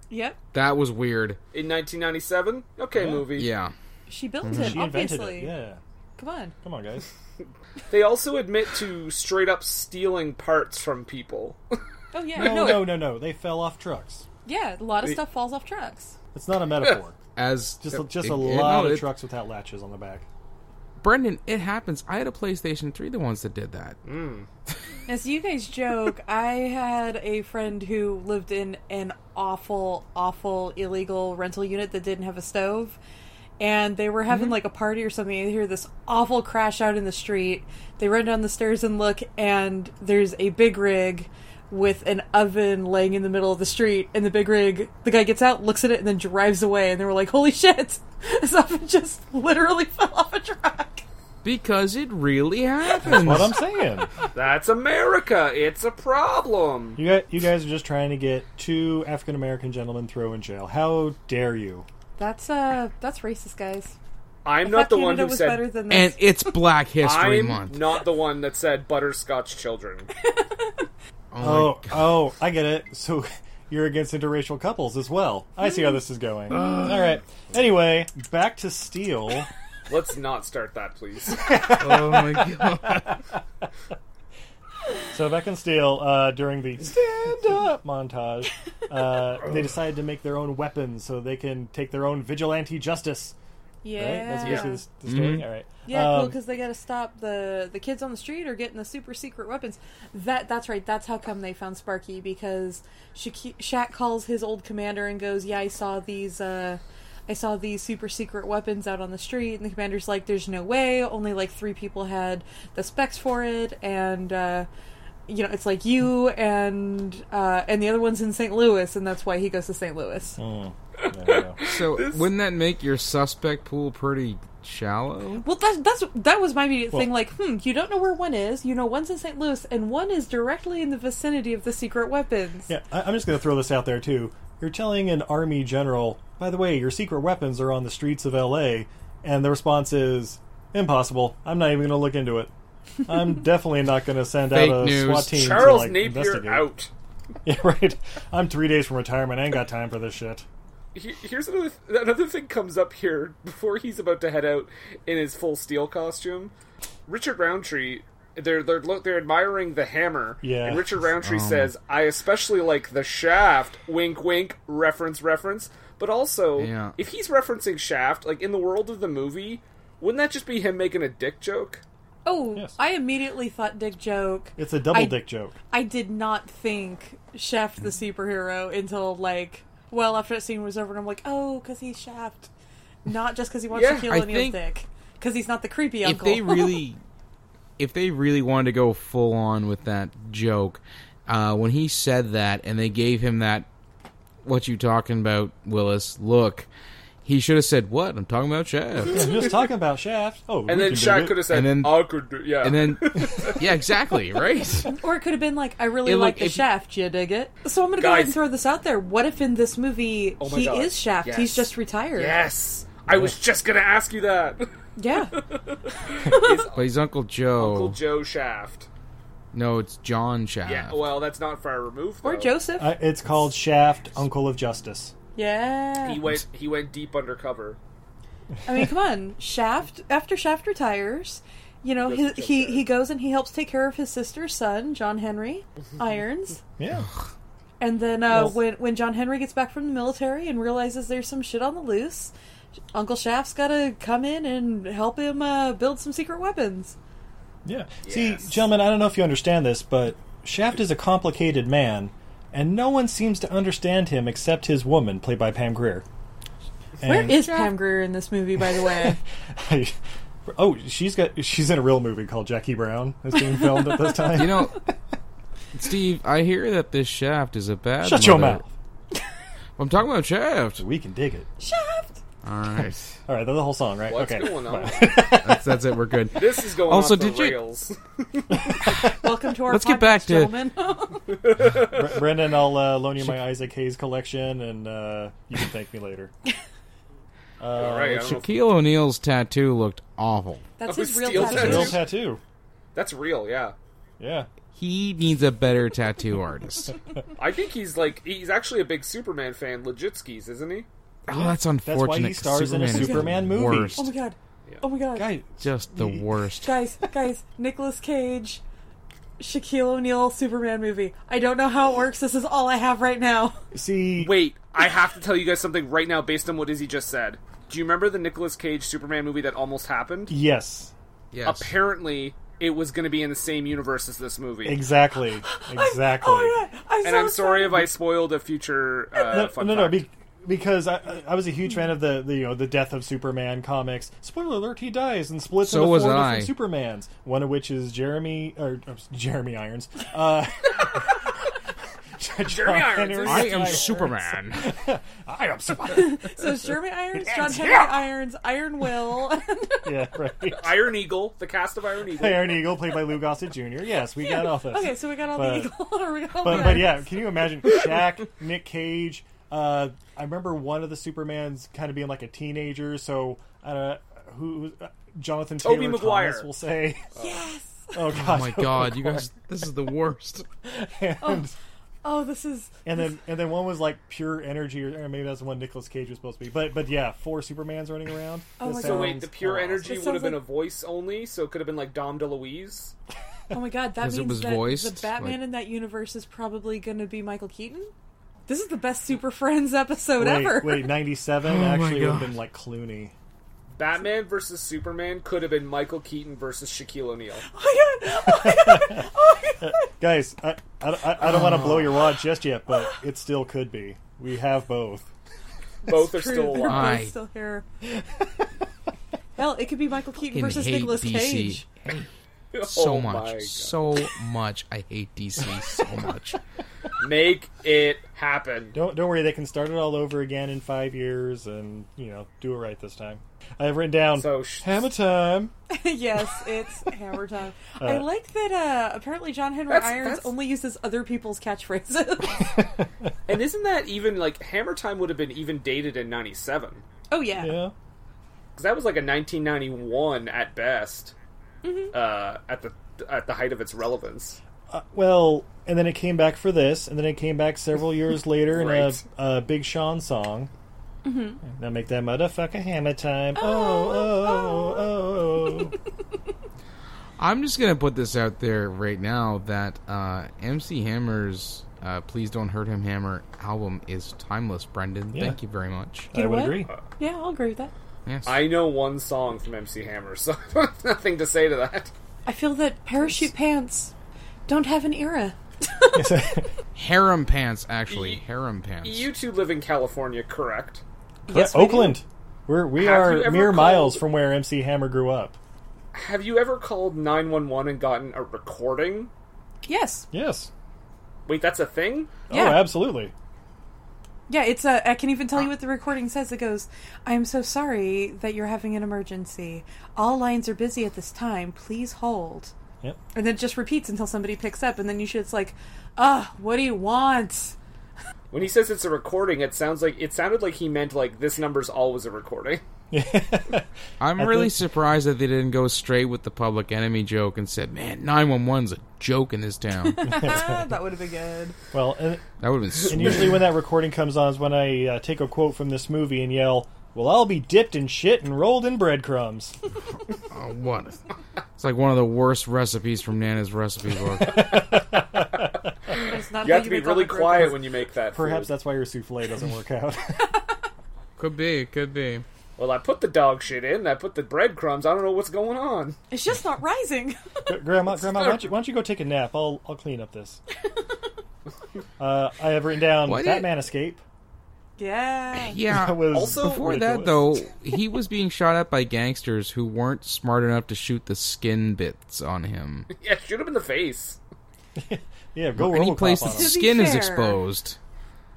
yep.
That was weird.
in 1997. Okay, movie.
Yeah.
She built it,
Mm-hmm. She invented
obviously.
it. Yeah,
Come on.
come on, guys.
They also admit to straight up stealing parts from people.
Oh, yeah.
No,
no,
no, no, no. They fell off trucks.
Yeah, a lot of stuff falls off trucks.
It's not a metaphor.
As
Just just
it-
a
it-
lot
no,
of
it-
trucks without latches on the back.
Brendan, it happens. I had a PlayStation 3 the ones that did that.
Mm.
Now, so you guys joke. I had a friend who lived in an awful, awful illegal rental unit that didn't have a stove. And they were having like a party or something. And they hear this awful crash out in the street. They run down the stairs and look, and there's a big rig with an oven laying in the middle of the street. And the big rig, the guy gets out, looks at it, and then drives away. And they were like, holy shit! This oven just literally fell off a truck.
Because it really happens.
What I'm saying.
That's America. It's a problem.
You guys, you guys are just trying to get two African American gentlemen thrown in jail. How dare you?
That's uh, that's racist, guys.
I'm
I
not
thought
the
Canada
one who
was
said.
better than this.
and it's Black History
I'm
Month.
not the one that said butterscotch children.
Oh, my
Oh, oh, I get it. So you're against interracial couples as well. I
Mm.
see how this is going. All right. Anyway, back to Steel.
Let's not start that, please.
oh my god.
So back in Steel, uh, during the stand up montage, uh, they decided to make their own weapons so they can take their own vigilante justice. Right?
yeah,
That's basically the, the story. All right.
Yeah, cool,
Um,
because they got to stop the the kids on the street are getting the super secret weapons. That that's right. That's how come they found Sparky because Shaq, Shaq calls his old commander and goes, "Yeah, I saw these." uh I saw these super secret weapons out on the street, and the commander's like, "There's no way. Only like three people had the specs for it, and uh, you know, it's like you and uh, and the other one's in St. Louis, and that's why he goes to St. Louis.
There we go.
So wouldn't that make your suspect pool pretty shallow?
Well, that, that's that was my immediate thing.
Well-
Like, hmm, you don't know where one is. You know, one's in St. Louis, and one is directly in the vicinity of the secret weapons.
Yeah, I, I'm just going to throw this out there too. You're telling an army general, by the way, your secret weapons are on the streets of L.A., and the response is impossible. I'm not even going to look into it. I'm definitely not going to send
Fake
out a
news.
SWAT team
Charles
to like
Napier
investigate.
out.
Yeah, right. I'm three days from retirement. I ain't got time for this shit.
He- Here's another th- another thing comes up here before he's about to head out in his full steel costume. Richard Roundtree, they're they're look they're admiring the hammer.
Yeah.
And Richard Roundtree
Um.
says, "I especially like the shaft." Wink, wink. Reference, reference. But also,
Yeah.
if he's referencing shaft, like in the world of the movie, wouldn't that just be him making a dick joke?
Oh,
Yes.
I immediately thought dick joke.
It's a double
I-
dick joke.
I did not think Shaft the superhero until like well after that scene was over, and I'm like, oh, because he's Shaft, not just because he wants
Yeah,
to kill
I
O'Neill's
think-
dick, because he's not the creepy
If
uncle.
they really, if they really wanted to go full on with that joke, uh, when he said that and they gave him that, what you talking about, Willis? Look, he should have said, "What I'm talking about, Shaft."
I'm just talking about Shaft. Oh,
And then Shaq could have said,
And then-
"I could do yeah."
and then, yeah, exactly, right.
or it could have been like, I really
It
like
look-
the
if-
Shaft. You dig it? So I'm gonna go ahead
Guys.
and throw this out there. What if in this movie
Oh my
he
God.
is Shaft?
Yes.
He's just retired.
yes, I was just gonna ask you that.
Yeah.
But he's Uncle Joe.
Uncle Joe Shaft.
No, it's John Shaft.
Yeah, well, that's not far removed.
Or
though.
Joseph.
Uh, it's called Shaft, Uncle of Justice.
yeah.
He went. He went deep undercover.
I mean, come on, Shaft. After Shaft retires, you know
He
he
goes to
he,
Joker.
he goes and he helps take care of his sister's son, John Henry Irons.
Yeah.
And then uh,
Well-
when when John Henry gets back from the military and realizes there's some shit on the loose, Uncle Shaft's got to come in and help him uh, build some secret weapons.
Yeah. See,
Yes.
gentlemen, I don't know if you understand this, but Shaft is a complicated man, and no one seems to understand him except his woman, played by Pam Grier.
Where
And-
is Pam Grier in this movie, by the way?
oh, she's got she's in a real movie called Jackie Brown that's being filmed at this time.
You know, Steve, I hear that this Shaft is a bad.
Shut your
mother.
mouth.
I'm talking about Shaft.
We can dig it.
Shaft.
All right,
All right, that's the whole song, right?
What's
okay.
going on?
that's that's it. We're good.
This is going
Also,
off the
did you-
rails.
Welcome to our
Let's
podcast,
get back to-
gentlemen.
Bre- Brendan, I'll uh, loan you my Isaac Hayes collection, and uh, you can thank me later.
All right, I don't know if-
Shaquille O'Neal's tattoo looked awful.
That's
Oh,
his real
steal
tattoo.
tattoo.
Real tattoo.
that's real. Yeah,
Yeah.
He needs a better tattoo artist.
I think he's like he's actually a big Superman fan. Legitskis, isn't he?
Oh, that's unfortunate.
why he
'cause
stars in a
Superman is the
Superman movie.
worst.
Oh my god. Oh my god.
Guy,
Just the worst.
Guys, guys, Nicolas Cage, Shaquille O'Neal, Superman movie. I don't know how it works. This is all I have right now.
see,
Wait, I have to tell you guys something right now based on what Izzy just said. Do you remember the Nicolas Cage Superman movie that almost happened?
yes,
Yes.
Apparently, it was going to be in the same universe as this movie.
exactly, exactly.
Oh my god. I'm
And
so
I'm sorry if
excited.
I spoiled a future uh,
no,
fun
no, no,
fact.
be, because I, I- I was a huge fan of the, the you know the death of Superman comics. Spoiler alert: he dies and splits
So
into
was
four
I.
different Supermans. One of which is Jeremy or uh, Jeremy Irons. Uh, Jeremy
Irons is-
I am Superman.
I am Superman.
So it's Jeremy Irons, John
ends
Henry
here.
Irons, Iron Will.
yeah, right.
Iron Eagle, the cast of Iron Eagle.
Iron Eagle, played by Lou Gossett Jr. Yes, we got all this.
okay, so we got all
But-
the eagle. or we got all
but,
the
but
Irons.
yeah, can you imagine Shaq, Nick Cage? Uh, I remember one of the Supermans kind of being like a teenager, so I don't know who uh, Jonathan Taylor
Tobey
Thomas
Maguire.
will say.
Yes.
Oh
Oh
god!
my god, you guys, this is the worst.
and,
Oh, this is.
and then and then one was like pure energy, or, or maybe that's the one Nicolas Cage was supposed to be. But but yeah, four Supermans running around.
Oh
This
my God.
So wait,
sounds
the pure
awesome.
energy
This
would
sounds
have been
like-
a voice only, so it could have been like Dom DeLuise.
Oh my god, that
'Cause it
means
was
that
voiced,
the Batman
like-
in that universe is probably going to be Michael Keaton. This is the best Super Friends episode ever.
Wait, wait, ninety seven
Oh my
actually would have
God.
been like Clooney.
Batman versus Superman could have been Michael Keaton versus Shaquille O'Neal.
Oh my god! Oh my god! Oh my god!
Guys, I I, I, I don't want to
Oh.
blow your wad just yet, but it still could be. We have both.
Both are
True,
still
they're
alive.
alive.
both still here. Hell, it could be Michael Keaton
Fucking
versus
hate
Nicolas
DC.
Cage.
so
Oh my God.
much, so much. I hate DC so much.
Make it happen.
Don't don't worry, they can start it all over again in five years, and you know do it right this time. I have written down
So sh-
hammer time.
yes, it's hammer time. I like that. Uh, apparently, John Henry
That's-
Irons
that's-
only uses other people's catchphrases.
And isn't that even like Hammer Time would have been even dated in 97?
oh yeah.
Yeah,
Cuz that was like a 1991 at best.
Mm-hmm.
Uh at the at the height of its relevance.
uh, well, and then it came back for this, and then it came back several years later in
Right.
a, a Big Sean song. Mm-hmm. Now make that motherfucker hammer time. Oh oh oh. oh.
I'm just gonna put this out there right now that uh, MC Hammer's uh, "Please Don't Hurt Him" Hammer album is timeless. Brendan,
Yeah.
thank you very much.
You
I
know
would
what?
agree.
Yeah, I'll agree with that.
Yes.
Uh, I know one song from MC Hammer, so I have nothing to say to that.
I feel that parachute pants don't have an era.
harem pants, actually.
Y-
harem pants.
You two live in California, correct?
Yes,
yeah,
we do.
Oakland. We're, we
Have you
are
ever
mere
called-
miles from where MC Hammer grew up.
Have you ever called 911 and gotten a recording?
Yes.
Yes.
Wait, that's a thing?
Yeah.
Oh, absolutely.
Yeah, it's uh, I can even tell you what the recording says. It goes, "I am so sorry that you're having an emergency. All lines are busy at this time. Please hold."
Yep.
And then it just repeats until somebody picks up, and then you should. It's like, ah, what do you want?
When he says it's a recording, it sounds like it sounded like he meant like this number's always a recording.
I'm really surprised that they didn't go straight with the public enemy joke and said, "Man, 911's a joke in this town." that
Ah, that would have been good.
Well, and,
would have been
and
sweet.
usually when that recording comes on is when I uh, take a quote from this movie and yell, "Well, I'll be dipped in shit and rolled in breadcrumbs."
Oh, what? It's like one of the worst recipes from Nana's recipe book.
It's not
You
how
have to be
make all
really
the
quiet
breakfast.
when you make that.
Perhaps
food.
that's why your souffle doesn't work out.
could be. Could be.
Well, I put the dog shit in. I put the breadcrumbs. I don't know what's going on.
It's just not rising.
Gr- Grandma, Grandma, why don't, you, why don't you go take a nap? I'll I'll clean up this. Uh, I have written down
Why
Batman
did-
Escape.
yeah.
Yeah.
That was
Also-
Before that, though, he was being shot at by gangsters who weren't smart enough to shoot the skin bits on him.
Yeah, shoot him in the face.
yeah, go
Any
Robocop
place
on
that the
him.
To be
skin is
fair.
exposed.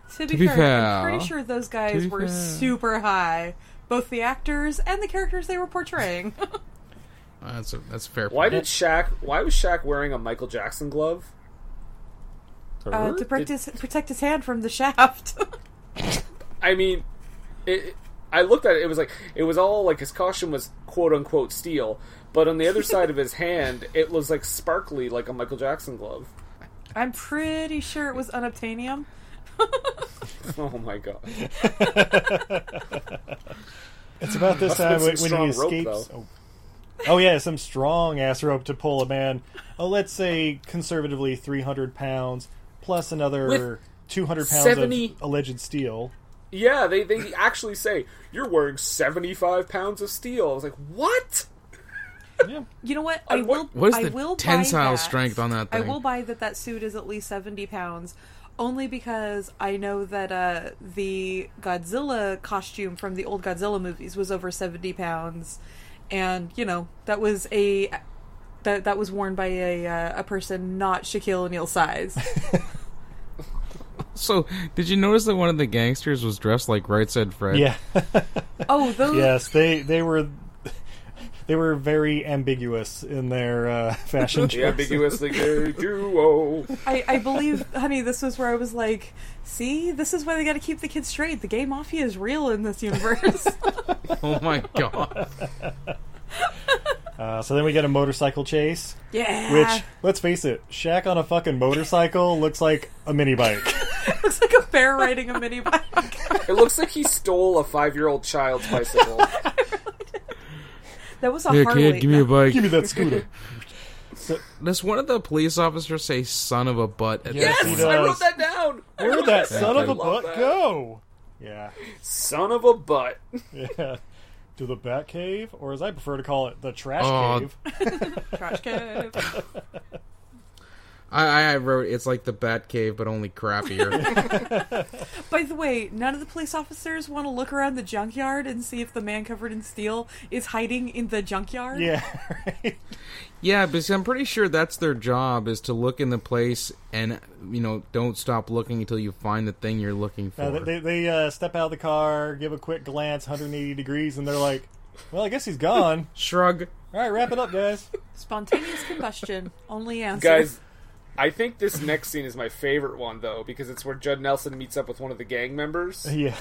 To be,
To be
fair, I'm
fair.
pretty sure those guys
be
were
fair.
super high, both the actors and the characters they were portraying.
Uh, that's a that's a fair.
Why
point.
did Shaq? Why was Shaq wearing a Michael Jackson glove?
uh, to practice, protect his hand from the shaft.
I mean, it, I looked at it. It was like it was all like his costume was quote unquote steel, but on the other side of his hand, it was like sparkly, like a Michael Jackson glove.
I'm pretty sure it was unobtainium.
Oh my god!
It's about this
have
time when,
been
when
some
he
strong
escapes.
rope,
oh. Oh, yeah, some strong ass rope to pull a man. Oh, let's say conservatively three hundred pounds plus another
With
two hundred pounds
70
of alleged steel.
Yeah, they they actually say you're wearing seventy five pounds of steel. I was like, what?
Yeah,
You know what? I
what-
will.
what is
I
the
will buy
tensile
that.
strength on that
I
thing?
will buy that that suit is at least seventy pounds, only because I know that uh, the Godzilla costume from the old Godzilla movies was over seventy pounds, and you know that was a that that was worn by a uh, a person not Shaquille O'Neal's size.
So, did you notice that one of the gangsters was dressed like Right Said Fred?
yeah,
oh, those.
yes. They they were they were very ambiguous in their uh, fashion
The
choices.
ambiguously gay duo.
I, I believe, honey, this was where I was like, see, this is why they got to keep the kids straight. The gay mafia is real in this universe.
Oh my god.
Uh, so then we get a motorcycle chase,
yeah.
which let's face it, Shaq on a fucking motorcycle looks like a mini bike.
Looks like a bear riding a mini bike.
It looks like he stole a five year old child's bicycle.
That was a
Here,
Harley.
kid, give me a bike.
Give me that scooter.
Does one of the police officers say "son of a butt" at
Yes,
that
he
point?
does.
I wrote that down. I
Where'd
wrote
that
down.
son of
I
a
love
butt
that.
go? Yeah.
Son of a butt.
Yeah. To the bat cave, or as I
Oh.
prefer to call it, the trash
Oh.
cave.
Trash can.
I, I- I wrote it's like the Batcave, but only crappier.
By the way, none of the police officers want to look around the junkyard and see if the man covered in steel is hiding in the junkyard.
Yeah, right.
yeah, because I'm pretty sure that's their job is to look in the place and you know don't stop looking until you find the thing you're looking for.
Uh, they they, they uh, step out of the car, give a quick glance, 180 degrees, and they're like, "Well, I guess he's gone."
Shrug.
All right, wrap it up, guys.
Spontaneous combustion, only answer.
Guys, I think this next scene is my favorite one though because it's where Judd Nelson meets up with one of the gang members
Yeah.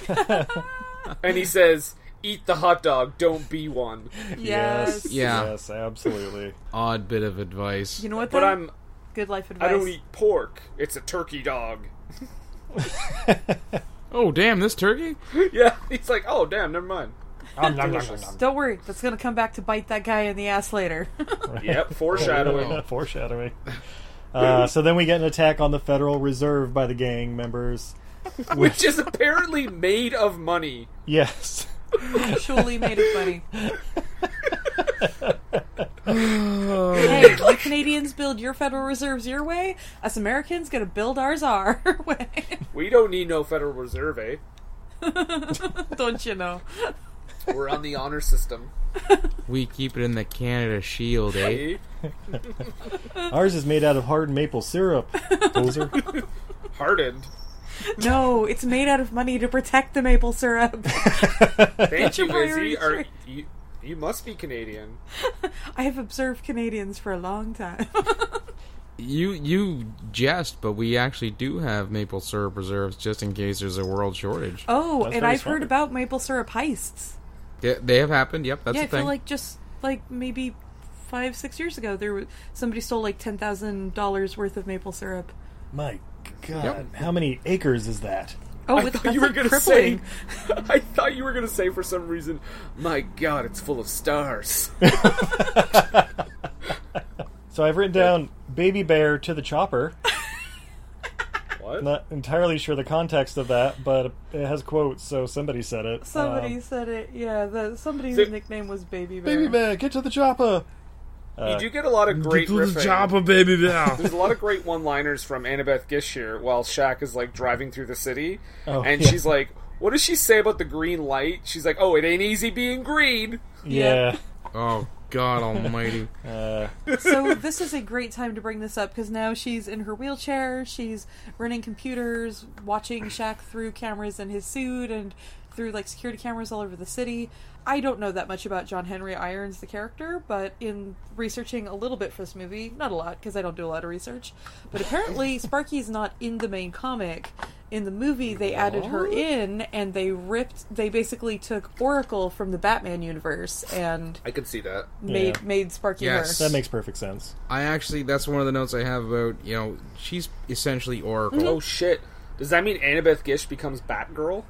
and he says, "Eat the hot dog, don't be one."
yes.
Yeah.
Yes, absolutely.
Odd bit of advice.
You know what?
But
though?
I'm
good life
I
advice.
don't eat pork. It's a turkey dog.
Oh damn, this turkey.
Yeah, he's like, "Oh damn, never mind."
Om nom nom nom
Delicious.
nom.
Don't worry, that's gonna come back to bite that guy in the ass later.
Yep, foreshadowing.
Foreshadowing. Uh, so then we get an attack on the Federal Reserve by the gang members.
Which is apparently made of money.
Yes.
Actually made it funny. hey, you Canadians build your Federal Reserves your way. Us Americans gonna build ours our way.
We don't need no Federal Reserve, eh?
don't you know?
We're on the honor system.
We keep it in the Canada Shield, eh?
eh?
Ours is made out of hard maple syrup. Poser.
Hardened.
No, it's made out of money to protect the maple syrup.
Thank you,
Why are
Izzy.
you
Are,
sure?
you, you must be Canadian.
I have observed Canadians for a long time.
You you jest, but we actually do have maple syrup reserves just in case there's a world shortage.
Oh,
That's
and
very
I've
smart.
heard about maple syrup heists.
They, they have happened. Yep, that's
yeah, I
the thing.
feel like just like maybe five, six years ago, there was somebody stole like ten thousand dollars worth of maple syrup.
My God, how many acres is that?
Oh,
I
it's,
thought
that's
you were
like
gonna
crippling.
say. I thought you were gonna say for some reason. My God, it's full of stars.
So I've written down baby bear to the chopper.
what?
Not entirely sure the context of that, but it has quotes, so somebody said it.
Somebody
Um,
said it. Yeah, the somebody's
So-
nickname was Baby Bear.
baby bear, get to the chopper.
you do get a lot of great riffing.
baby now.
There's a lot of great one-liners from Annabeth Gish here while Shaq is like driving through the city,
Oh,
and
yeah.
she's like, "What does she say about the green light?" She's like, "Oh, it ain't easy being green."
Yeah.
oh God Almighty!
Uh,
so this is a great time to bring this up because now she's in her wheelchair. She's running computers, watching Shaq through cameras in his suit and through like security cameras all over the city. I don't know that much about John Henry Irons, the character, but in researching a little bit for this movie, not a lot because I don't do a lot of research, but apparently Sparky's not in the main comic. In the movie, they added her in and they ripped, they basically took Oracle from the Batman universe and
I can see that.
made
Yeah.
made Sparky
Yes.
her.
that makes perfect sense.
I actually that's one of the notes I have about you know she's essentially Oracle.
Mm-hmm.
Oh shit! Does that mean Annabeth Gish becomes Batgirl?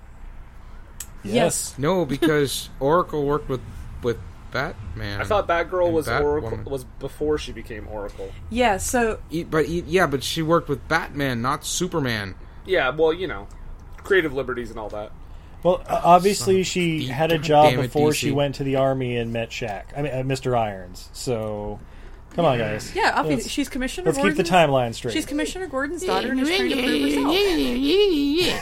Yes.
No, because Oracle worked with with Batman.
I thought Batgirl
and
was Oracle
Batwoman.
was before she became Oracle.
Yeah, so
E- but e- yeah, but she worked with Batman, not Superman.
Yeah, well, you know, creative liberties and all that.
Well, uh, obviously she
D-
had a
God
job
damn it,
before
DC.
she went to the army and met Shaq. I mean, uh, Mr. Irons. So, come on, guys.
yeah, obviously
Let's-
she's Commissioner.
Let's keep
Gordon's,
the timeline straight.
She's Commissioner Gordon's daughter, and is trying to prove herself.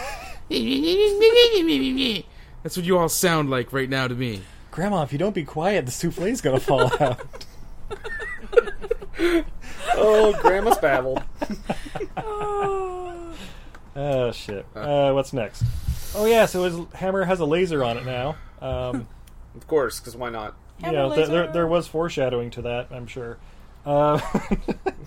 That's what you all sound like right now to me.
Grandma, if you don't be quiet, the souffle's gonna fall out.
Oh, Grandma's babbled.
Oh.
Oh shit. Uh, what's next? Oh yeah, so his hammer has a laser on it now. Um,
Of course, because why not?
you
Hammer
know, th- there,
laser.
there was foreshadowing to that, I'm sure. Uh,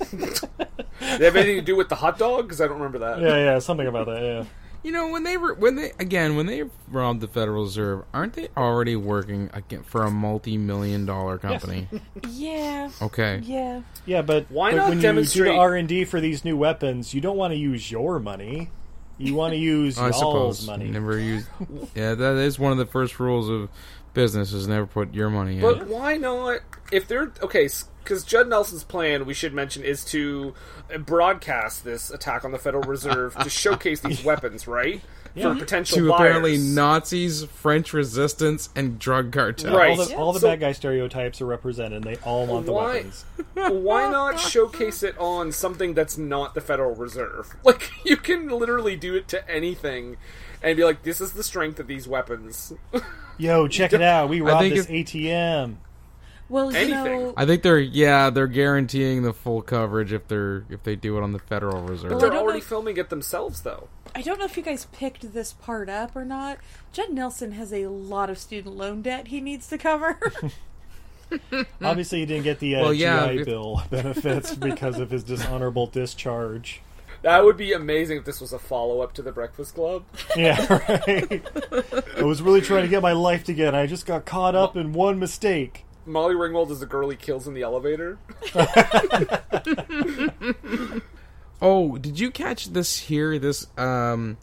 Did it have anything to do with the hot dog? Because I don't remember that.
yeah, yeah, something about that. Yeah.
You know when they were when they again when they robbed the Federal Reserve, aren't they already working again for a multi-million dollar company?
Yeah,
Okay.
yeah.
Yeah, but
Why
but
not
when you
demonstrate-
do the R and D for these new weapons, you don't want to use your money. You want to use
I
y'all's
suppose
money.
never used. Yeah, that is one of the first rules of business is never put your money in.
But
it.
why not? If they're okay, because Judd Nelson's plan, we should mention, is to broadcast this attack on the Federal Reserve to showcase these weapons, right? For potential
to
buyers.
apparently Nazis, French resistance, and drug cartels.
Right.
All the, all the
So-
bad guy stereotypes are represented. and They all want the
Why-
weapons.
Why not showcase it on something that's not the Federal Reserve? Like you can literally do it to anything, and be like, "This is the strength of these weapons."
Yo, check it out. We robbed
think
this
if-
ATM.
Well, you
Anything.
know,
I think they're yeah they're guaranteeing the full coverage if they're if they do it on the Federal Reserve.
Well,
They're
don't
already
know-
filming it themselves, though.
I don't know if you guys picked this part up or not. Judd Nelson has a lot of student loan debt he needs to cover.
Obviously, he didn't get the uh,
Well, yeah,
GI
if-
Bill benefits because of his dishonorable discharge.
That would be amazing if this was a follow up to The Breakfast Club.
Yeah, right. I was really trying to get my life together. I just got caught up in one mistake.
Molly Ringwald is the girl he kills in the elevator.
Oh, did you catch this here? This um,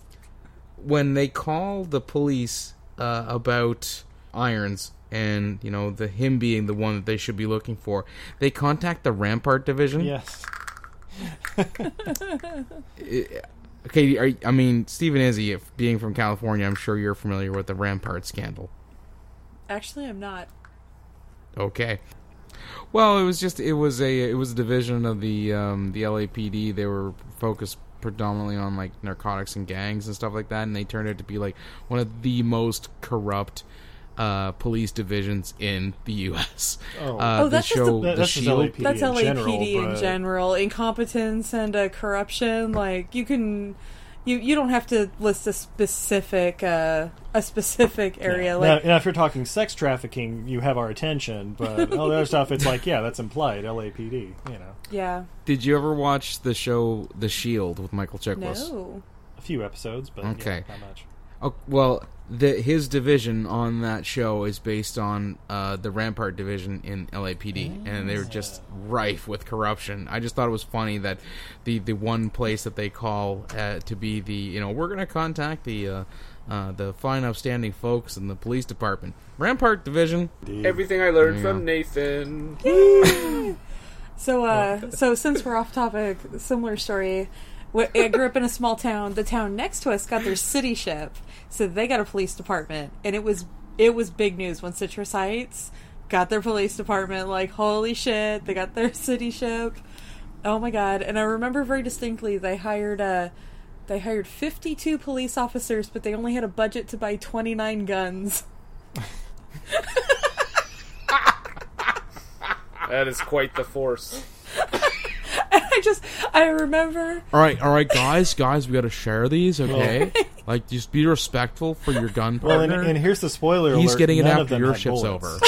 when they call the police uh, about Irons and you know the him being the one that they should be looking for, they contact the Rampart Division.
Yes.
Okay, are, I mean Stephen Izzy, if being from California, I'm sure you're familiar with the Rampart scandal.
Actually, I'm not.
Okay. Well, it was just it was a it was a division of the um, the LAPD. They were focused predominantly on like narcotics and gangs and stuff like that, and they turned out to be like one of the most corrupt uh, police divisions in the U.S.
Oh.
uh,
Oh,
the
that's just
show
the-
the,
That- that's just
Shield.
LAPD.
That's
in
LAPD
general,
in
but-
general. Incompetence and uh, corruption. Like you can, you you don't have to list a specific uh, a specific area.
Now,
Like
now, if you're talking sex trafficking, you have our attention. But all the other stuff, it's like, yeah, that's implied. LAPD, you know,
yeah,
Did you ever watch the show The Shield with Michael Chiklis?
no.
a few episodes, but yeah,
Okay.
not much.
Oh, well, the, his division on that show is based on uh, the Rampart division in LAPD, and they were just rife with corruption. I just thought it was funny that the, the one place that they call uh, to be the you know we're going to contact the uh, uh, the fine upstanding folks in the police department, Rampart division.
Everything I learned from Nathan.
So, uh, so since we're off topic, similar story. Wh- I grew up in a small town. The town next to us got their city ship, so they got a police department, and it was it was big news when Citrus Heights got their police department. Like, holy shit, they got their city ship. Oh my god! And I remember very distinctly they hired uh, they hired fifty two police officers, but they only had a budget to buy twenty nine guns.
That is quite the force.
I just I remember
All right, all right, guys, guys, we got to share these, okay? like, just be respectful for your gun
Well, and,
partner.
and here's the spoiler alert:
He's getting it
none of
after
them
your
had
ship's
bullets.
over.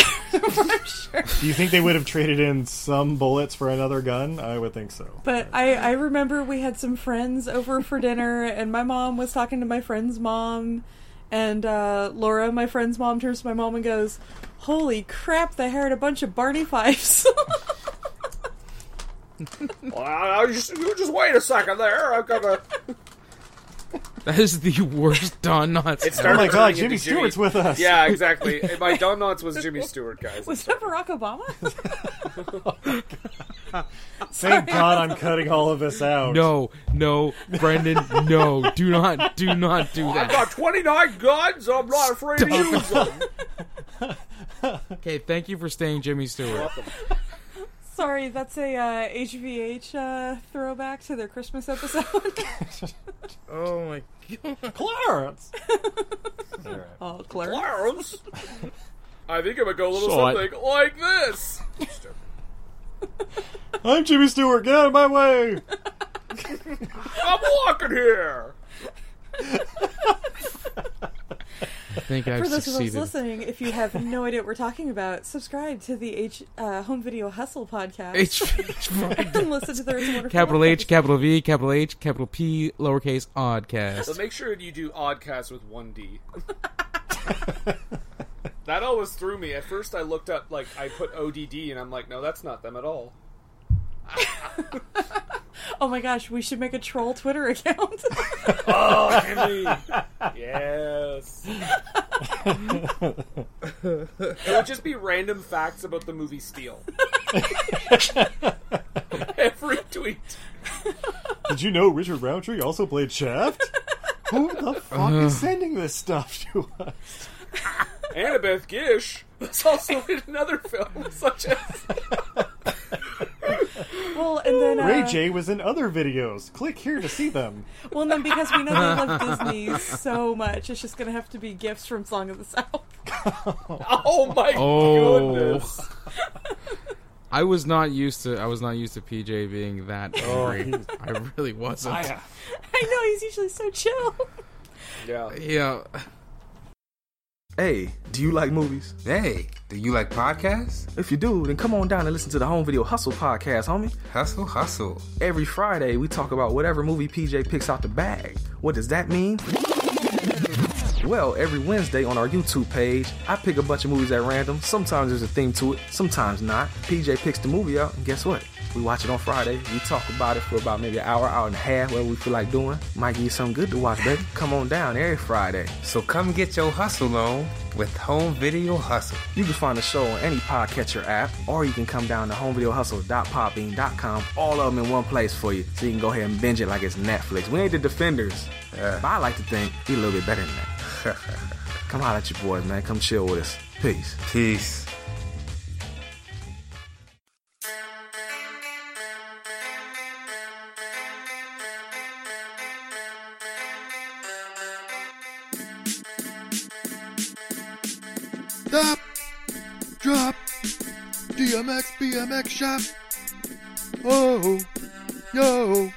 Do you think they would have traded in some bullets for another gun? I would think so.
But I, I remember we had some friends over for dinner, and my mom was talking to my friend's mom. And uh, Laura, my friend's mom, turns to my mom and goes, Holy crap, they hired a bunch of Barney Fives.
Well, I I just, you just wait a second there. I've got
Oh
a.
that is the worst Don Knotts.
It
Oh
started
my
turning
god,
into
Jimmy Stewart's with us.
Yeah, exactly. My Don Knotts was Jimmy Stewart, guys.
was that Barack Obama?
Thank God I'm cutting all of this out.
No, no, Brendan, no. Do not, do not
Oh
do
I've
that.
got 29 guns. I'm not afraid to use them.
Okay, thank you for staying Jimmy Stewart.
Sorry, that's a uh, HVH uh, throwback to their Christmas episode.
Oh my
Clarence. All right.
oh, Claire.
Clarence. I think I'm gonna go a little
So I-
something like this.
I'm Jimmy Stewart. Get out of my way.
I'm walking here.
I think I've
For those of us
succeeded.
listening, if you have no idea what we're talking about, subscribe to the H uh, Home Video Hustle podcast
H-
and listen to the It's a Wonderful
capital
Life
H, capital V, capital H, capital P, lowercase
So
oddcast.
make sure you do oddcast with one D. that always threw me. At first, I looked up like I put ODD, and I'm like, no, that's not them at all.
Oh my gosh, we should make a troll Twitter account.
Oh, Henry. yes. It would just be random facts about the movie Steel. Every tweet.
Did you know Richard Roundtree also played Shaft? Who the fuck
Uh.
is sending this stuff to us?
Annabeth Gish was also in another film, such as
Well, and then uh,
Ray J was in other videos. Click here to see them.
Well, and then because we know they love Disney so much, it's just gonna have to be gifts from Song of the South.
Oh my
Oh.
goodness.
I was not used to I was not used to PJ being that
Oh,
angry.
he-
I really wasn't.
I know he's usually so chill.
uh,
Yeah.
yeah.
Hey, do you like movies?
Hey, do you like podcasts?
If you do, then come on down and listen to the Home Video Hustle podcast, homie.
Hustle, hustle.
Every Friday, we talk about whatever movie PJ picks out the bag. What does that mean? Well, every Wednesday on our YouTube page, I pick a bunch of movies at random. Sometimes there's a theme to it, sometimes not. PJ picks the movie out, and guess what? We watch it on Friday. We talk about it for about maybe an hour, hour and a half, whatever we feel like doing. Might give you something good to watch, baby. Come on down every Friday.
So come get your hustle on with Home Video Hustle.
You can find the show on any podcatcher app, or you can come down to homevideohustle.podbean.com. All of them in one place for you, so you can go ahead and binge it like it's Netflix. We ain't the defenders,
Uh.
but I like to think we a little bit better than that. come holler at your boys, man. Come chill with us. Peace.
Peace.
Stop. Drop. DMX, BMX shop. Oh, yo.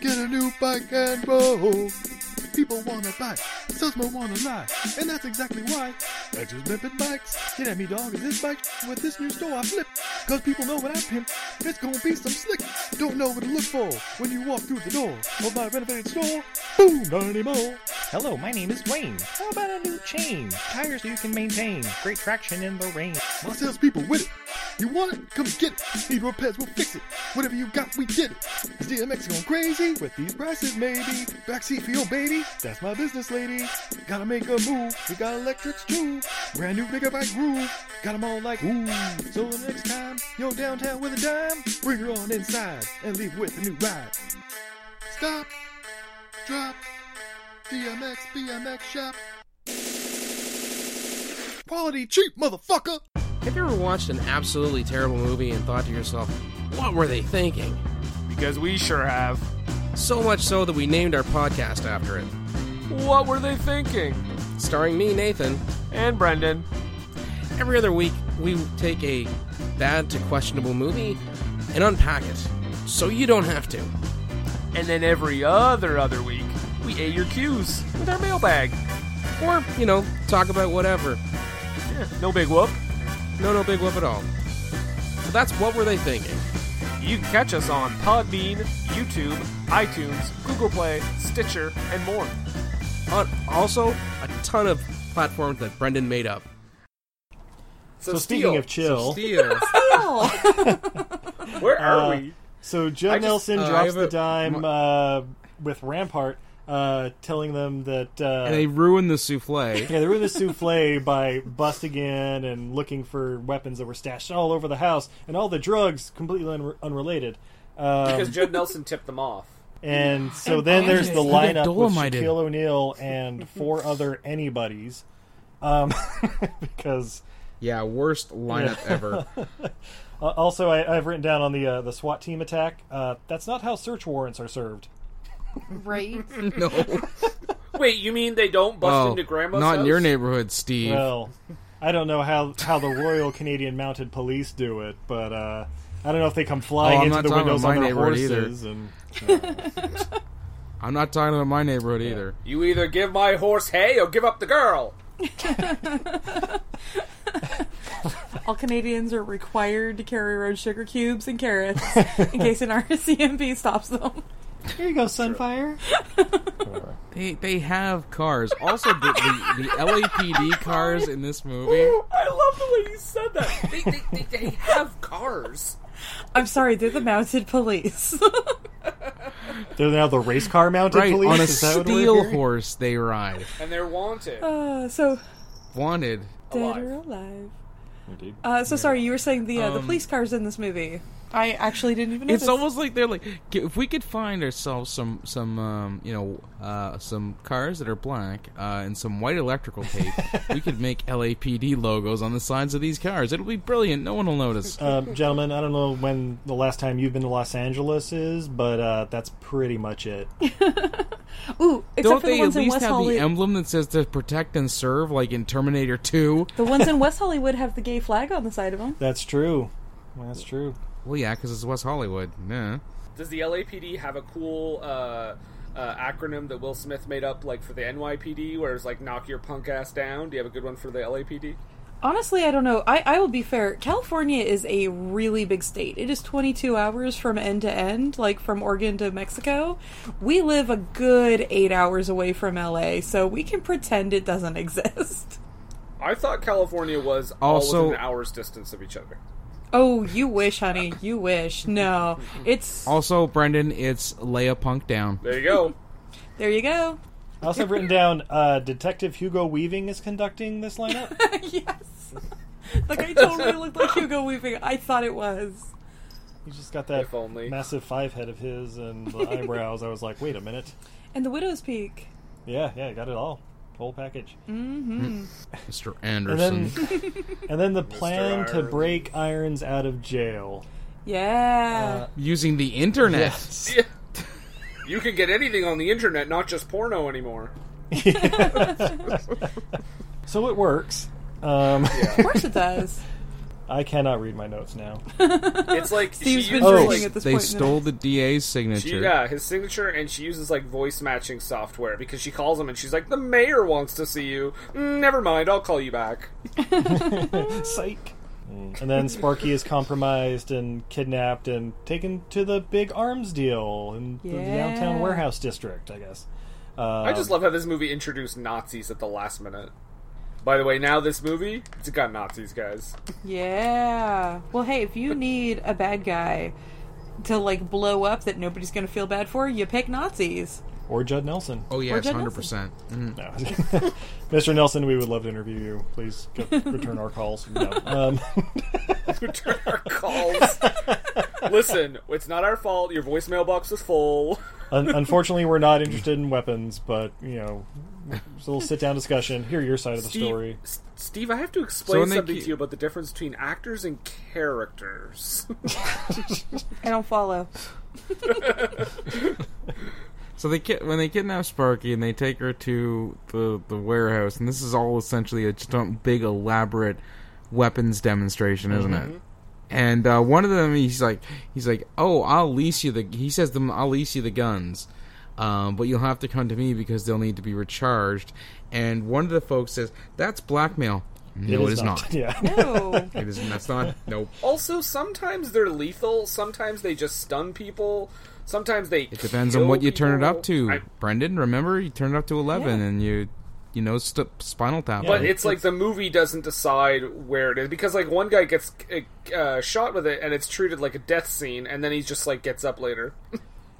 Get a new bike and roll. People wanna buy, salesmen wanna lie, and that's exactly why I just pimpin' bikes. Get at me, dog, is this bike with this new store I flip? Cause people know when I pimp, it's gonna be some slick. Don't know what to look for when you walk through the door of my renovated store. Boom, not anymore.
Hello, my name is Dwayne. How about a new chain? Tires you can maintain. Great traction in the rain.
My salespeople with it. You want it? Come get it. Need repairs, we'll fix it. Whatever you got, we did it. Is DMX going crazy? With these prices, maybe. Backseat for your baby? That's my business, lady. Gotta make a move. We got electrics too. Brand new bigger bike groove. Got 'em all like ooh. So the next time you're downtown with a dime, bring her on inside and leave with a new ride. Stop. Drop. DMX, BMX shop. Quality cheap, motherfucker.
Have you ever watched an absolutely terrible movie and thought to yourself, what were they thinking?
Because we sure have.
So much so that we named our podcast after it.
What were they thinking?
Starring me, Nathan,
And Brendan.
every other week we take a bad to questionable movie and unpack it so you don't have to.
And then every other other week, we A your cues with our mailbag.
Or, you know, talk about whatever.
Yeah, no big whoop.
No, no big whoop at all. So that's what were they thinking?
You can catch us on Podbean, YouTube, iTunes, Google Play, Stitcher, and more.
On Uh, also a ton of platforms that Brendan made up.
So, speaking of chill,
Deal.
Deal.
where are
uh,
we?
so Judd
just-
Nelson
uh, I
drops
have
the
a-
dime
my-
uh, with Rampart, uh, telling them that uh,
and they ruined the souffle.
yeah, they ruined the souffle by busting in and looking for weapons that were stashed all over the house and all the drugs completely unre unrelated. Um,
Because Judd Nelson tipped them off.
And so then there's the
Look at
lineup with
Dolomite in.
Shaquille O'Neal and four other anybody's, um, because
Yeah, worst lineup ever.
uh, also I, I've written down on the uh, the SWAT team attack. Uh, that's not how search warrants are served.
right?
No,
Wait, you mean they don't bust
Oh,
Well,
into Grandma's
Oh, not in your
house?
neighborhood, Steve.
Well, I don't know how how the Royal Canadian Mounted Police do it, but uh, I don't know if they come
Oh,
flying
I'm
into
not
the
talking
windows
about
on
my
their
neighborhood either.
horses. And
I'm not talking about my neighborhood either.
You either give my horse hay or give up the girl.
All Canadians are required to carry around sugar cubes and carrots in case an RCMP stops them.
here you go, Sunfire.
They they have cars. Also, the, the, the LAPD cars in this movie.
I love the way you said that. They, they, they, they have cars.
I'm sorry, they're the mounted police.
They're now the race car mounted
Right
police
on a
Is that what we're
steel
hearing?
horse they ride.
And they're wanted.
uh, so
wanted.
Dead or alive.
Indeed.
Uh, so sorry, you were saying the uh, the
Um,
police cars in this movie. I actually didn't even.
It's
notice.
almost like they're like, "G- if we could find ourselves some some um, you know uh, some cars that are black uh, and some white electrical tape, we could make LAPD logos on the sides of these cars. It'll be brilliant. No one will notice.
Um, gentlemen, I don't know when the last time you've been to Los Angeles is, but uh, that's pretty much it.
Ooh, except
Don't
for the
they
ones
at
in
least
West
have
Hollywood.
the emblem that says to protect and serve, like in Terminator Two?
the ones in West Hollywood have the gay flag on the side of them.
That's true. that's true.
Well, yeah, because it's West Hollywood. Yeah.
Does the LAPD have a cool uh, uh, acronym that Will Smith made up, like for the NYPD, where it's like knock your punk ass down? Do you have a good one for the LAPD?
Honestly, I don't know. I, I will be fair. California is a really big state. It is 22 hours from end to end, like from Oregon to Mexico. We live a good eight hours away from LA, so we can pretend it doesn't exist.
I thought California was all
Also-
within an hour's distance of each other.
Oh, you wish, honey. You wish. No. It's.
Also, Brendan, it's lay a punk down.
There you go.
There you go.
I also have written down uh, Detective Hugo Weaving is conducting this lineup.
Like, I totally looked like Hugo Weaving. I thought it was.
He's just got that massive five head of his and the eyebrows. I was like, wait a minute.
And the Widow's Peak.
Yeah, yeah, got it all. Whole package.
Mm-hmm.
Mr.
And
Anderson.
then, and then the plan to
Irons.
break Irons out of jail.
Yeah.
Using the internet.
Yes.
You can get anything on the internet, not just porno anymore.
So it works. Um,
Of course it does.
I cannot read my notes now.
It's like
Steve's
she
been
uses,
drinking
like,
at this
they
point in the
stole the DA's signature.
She, yeah, his signature, and she uses like voice matching software because she calls him and she's like, "The mayor wants to see you." "Mm, Never mind, I'll call you back.
Psych. Mm. And then Sparky is compromised and kidnapped and taken to the big arms deal in the
Yeah.
downtown warehouse district, I guess. Uh,
I just love how this movie introduced Nazis at the last minute. By the way, now this movie, it's got Nazis, guys.
Yeah. Well, hey, if you need a bad guy to like blow up that nobody's going to feel bad for, you pick Nazis.
Or Judd Nelson.
Oh yes,
Judd
hundred percent.
No. Mr. Nelson, we would love to interview you. Please go, return our calls. No. Um,
Return our calls. Listen, it's not our fault. Your voicemail box is full.
un- unfortunately, we're not interested in weapons, but, you know, it's a little sit down discussion. Hear your side of the
Steve-
story.
S- Steve, I have to explain
when they
something
keep-
to you about the difference between actors and characters.
I don't follow.
So they ki- when they kidnap Sparky and they take her to the the warehouse, and this is all essentially a just a big elaborate weapons demonstration, isn't
Mhm.
it? And uh, one of them, he's like, he's like, oh, I'll lease you the. He says to them, I'll lease you the guns, um, but you'll have to come to me because they'll need to be recharged. And one of the folks says, that's blackmail. No, it is not.
Yeah.
No.
it is. That's not. Nope.
Also, sometimes they're lethal. Sometimes they just stun people. Sometimes they.
It depends on what you turn it up to, Brendan. Remember, you turned it up to eleven,
Yeah.
and you, you know, st- spinal tap.
But
it.
it's like the movie doesn't decide where it is because like one guy gets uh, uh, shot with it and it's treated like a death scene, and then he just like gets up later.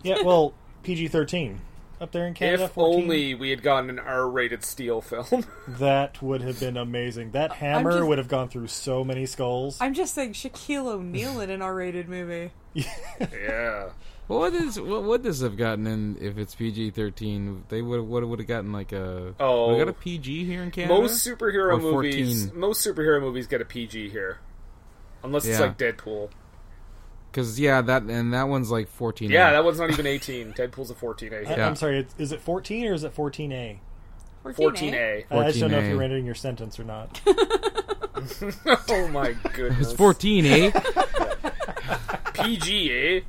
Yeah, well, PG 13. Up there in Canada,
if
14?
only we had gotten an R-rated steel film.
That would have been amazing. That hammer
just-
would have gone through so many skulls.
I'm just saying Shaquille O'Neal in an R-rated movie.
yeah.
Well, what is what would this have gotten in if it's PG thirteen? They would what would have gotten like a
Oh.
we got a PG here in Canada.
Most superhero
Or
movies, most superhero movies get a PG here, unless it's
Yeah.
like Deadpool.
because yeah, that and that one's like fourteen.
Yeah, that one's not even eighteen. Deadpool's a fourteen A.
I, I'm sorry, it's, is it 14 or is it 14A?
14A.
I just don't know if
14A.
you're ending your sentence or not.
oh my goodness.
It's 14, eh?
PG, eh?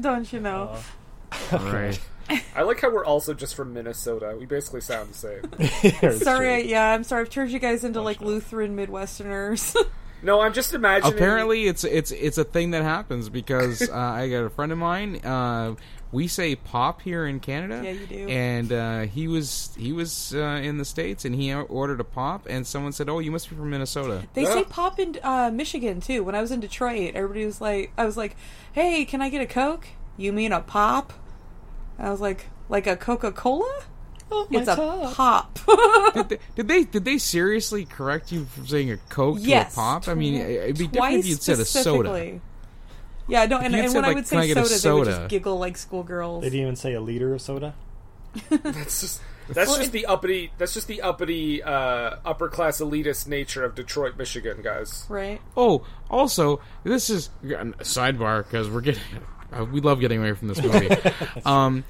Don't you know?
Right.
I like how we're also just from Minnesota. We basically sound the
same.
sorry, I, yeah, I'm sorry. I've turned you guys into like Lutheran Midwesterners.
No, I'm just imagining.
Apparently, it's it's it's a thing that happens because uh, I got a friend of mine. Uh, we say pop here in Canada.
Yeah, you do.
And uh, he was he was uh, in the states, and he ordered a pop, and someone said, "Oh, you must be from Minnesota."
They say pop in uh, Michigan too. When I was in Detroit, everybody was like, I was like, "Hey, can I get a Coke?" You mean a pop? I was like, like a Coca Cola? it's a pop.
did, they, did they did they seriously correct you from saying a coke
Yes,
to a pop? I mean,
twi-
it'd be different
twice
if you'd said a soda.
specifically. Yeah, no,
If
and,
you'd
and
said,
when I
like,
would
"Can I
say
get a
soda, they would
soda?"
just giggle like schoolgirls.
They didn't even say a liter of soda.
That's just that's
Well,
just
it-
the uppity that's just the uppity uh, upper class elitist nature of Detroit, Michigan, guys.
Right.
Oh, also, this is a sidebar because we're getting uh, we love getting away from this movie. um,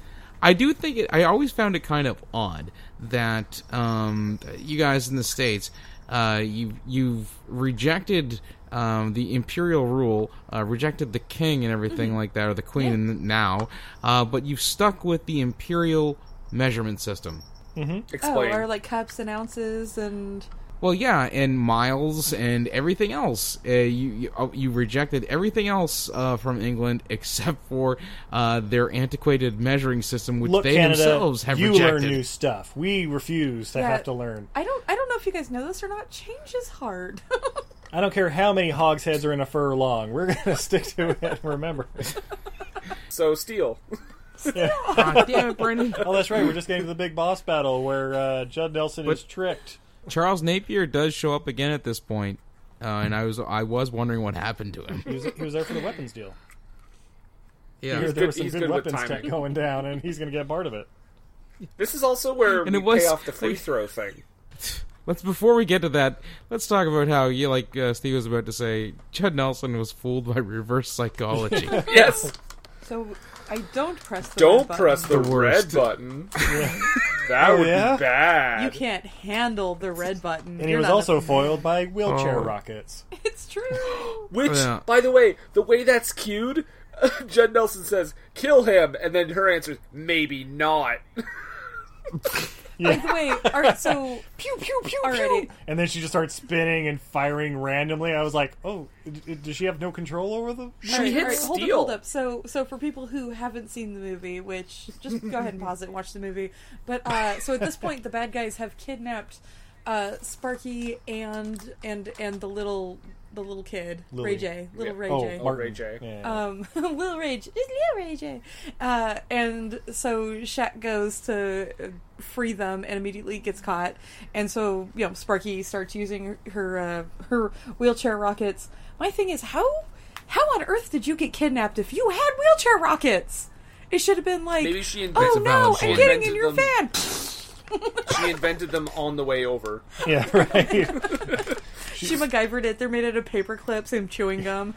I do think it, I always found it kind of odd that um, you guys in the states uh, you you've rejected. Um, the imperial rule uh, rejected the king and everything
Mhm.
like that, or the queen now, uh, but you've stuck with the imperial measurement system.
Mm-hmm.
Explain.
Oh, or like cups and ounces and
Well, yeah, and miles and everything else. Uh, you, you uh, you rejected everything else uh, from England except for uh, their antiquated measuring system, which
Look,
they
Canada,
themselves have
you
rejected.
learn new stuff. We refuse to
Yeah.
have to learn.
I don't I don't know if you guys know this or not. Change is hard.
I don't care how many hogsheads are in a fur long. We're gonna stick to it. and Remember.
So steel.
God damn it, Brandon.
oh, that's right. We're just getting to the big boss battle where uh, Judd Nelson
But-
is tricked.
Charles Napier does show up again at this point, uh, and I was I was wondering what happened to him.
He was, he was there for the weapons deal.
Yeah.
He
He's
heard there
good-
was some
he's
good,
good with
weapons tech
timing.
going down, and he's gonna get part of it.
This is also where
And
we
it was-
pay off the free throw thing.
Let's before we get to that, let's talk about how you like uh, Steve was about to say. Judd Nelson was fooled by reverse psychology.
yes.
So I don't press the
Don't
red button.
press the,
The
red
worst.
button. that
Oh,
would
yeah?
be bad.
You can't handle the red button.
And he
You're
was
not a-
also foiled by wheelchair
Oh.
rockets.
It's true.
Which,
Yeah.
by the way, the way that's cued, Judd Nelson says, "Kill him," and then her answer is, "Maybe not."
By the way, all right, so pew pew pew already.
And then she just starts spinning and firing randomly. I was like, oh, d- d- does she have no control over them?
She hits
hold up,
steel.
hold up. So, so for people who haven't seen the movie, which just go ahead and pause it and watch the movie. But uh, so at this point, the bad guys have kidnapped uh, Sparky and and and the little the little kid Ray
Lily.
J, little
Yeah.
Ray
Oh,
J.
Martin.
Ray J.
Yeah.
um, Will Ray J, just Lil Ray J. Uh, and so Shaq goes to free them and immediately gets caught. And so, you know, Sparky starts using her uh, her wheelchair rockets. My thing is, how how on earth did you get kidnapped if you had wheelchair rockets? It should have been like,
Maybe she
oh
invented,
no,
valid
I'm
point.
getting in
Invented
your
them.
van.
she invented them on the way over.
yeah, right.
she MacGyvered it. They're made out of paper clips and chewing gum.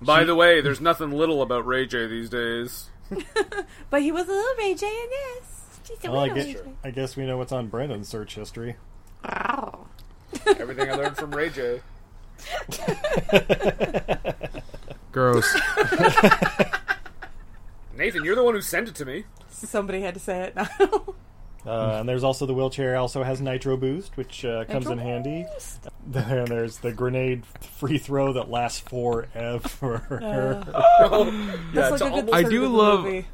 By the way, there's nothing little about Ray J these days.
but he was a little Ray J in this. She's a
Well, Oh, I
little
guess,
Ray J.
I guess we know what's on Brendan's search history.
Wow.
Everything I learned from Ray J.
Gross.
Nathan, you're the one who sent it to me.
Somebody had to say it now.
Uh, and there's also the wheelchair. Also has nitro boost, which uh, comes in handy. And there's the grenade free throw that lasts forever.
Yeah,
That's like a good
it's, almost,
I
third
do
of the
love-
movie.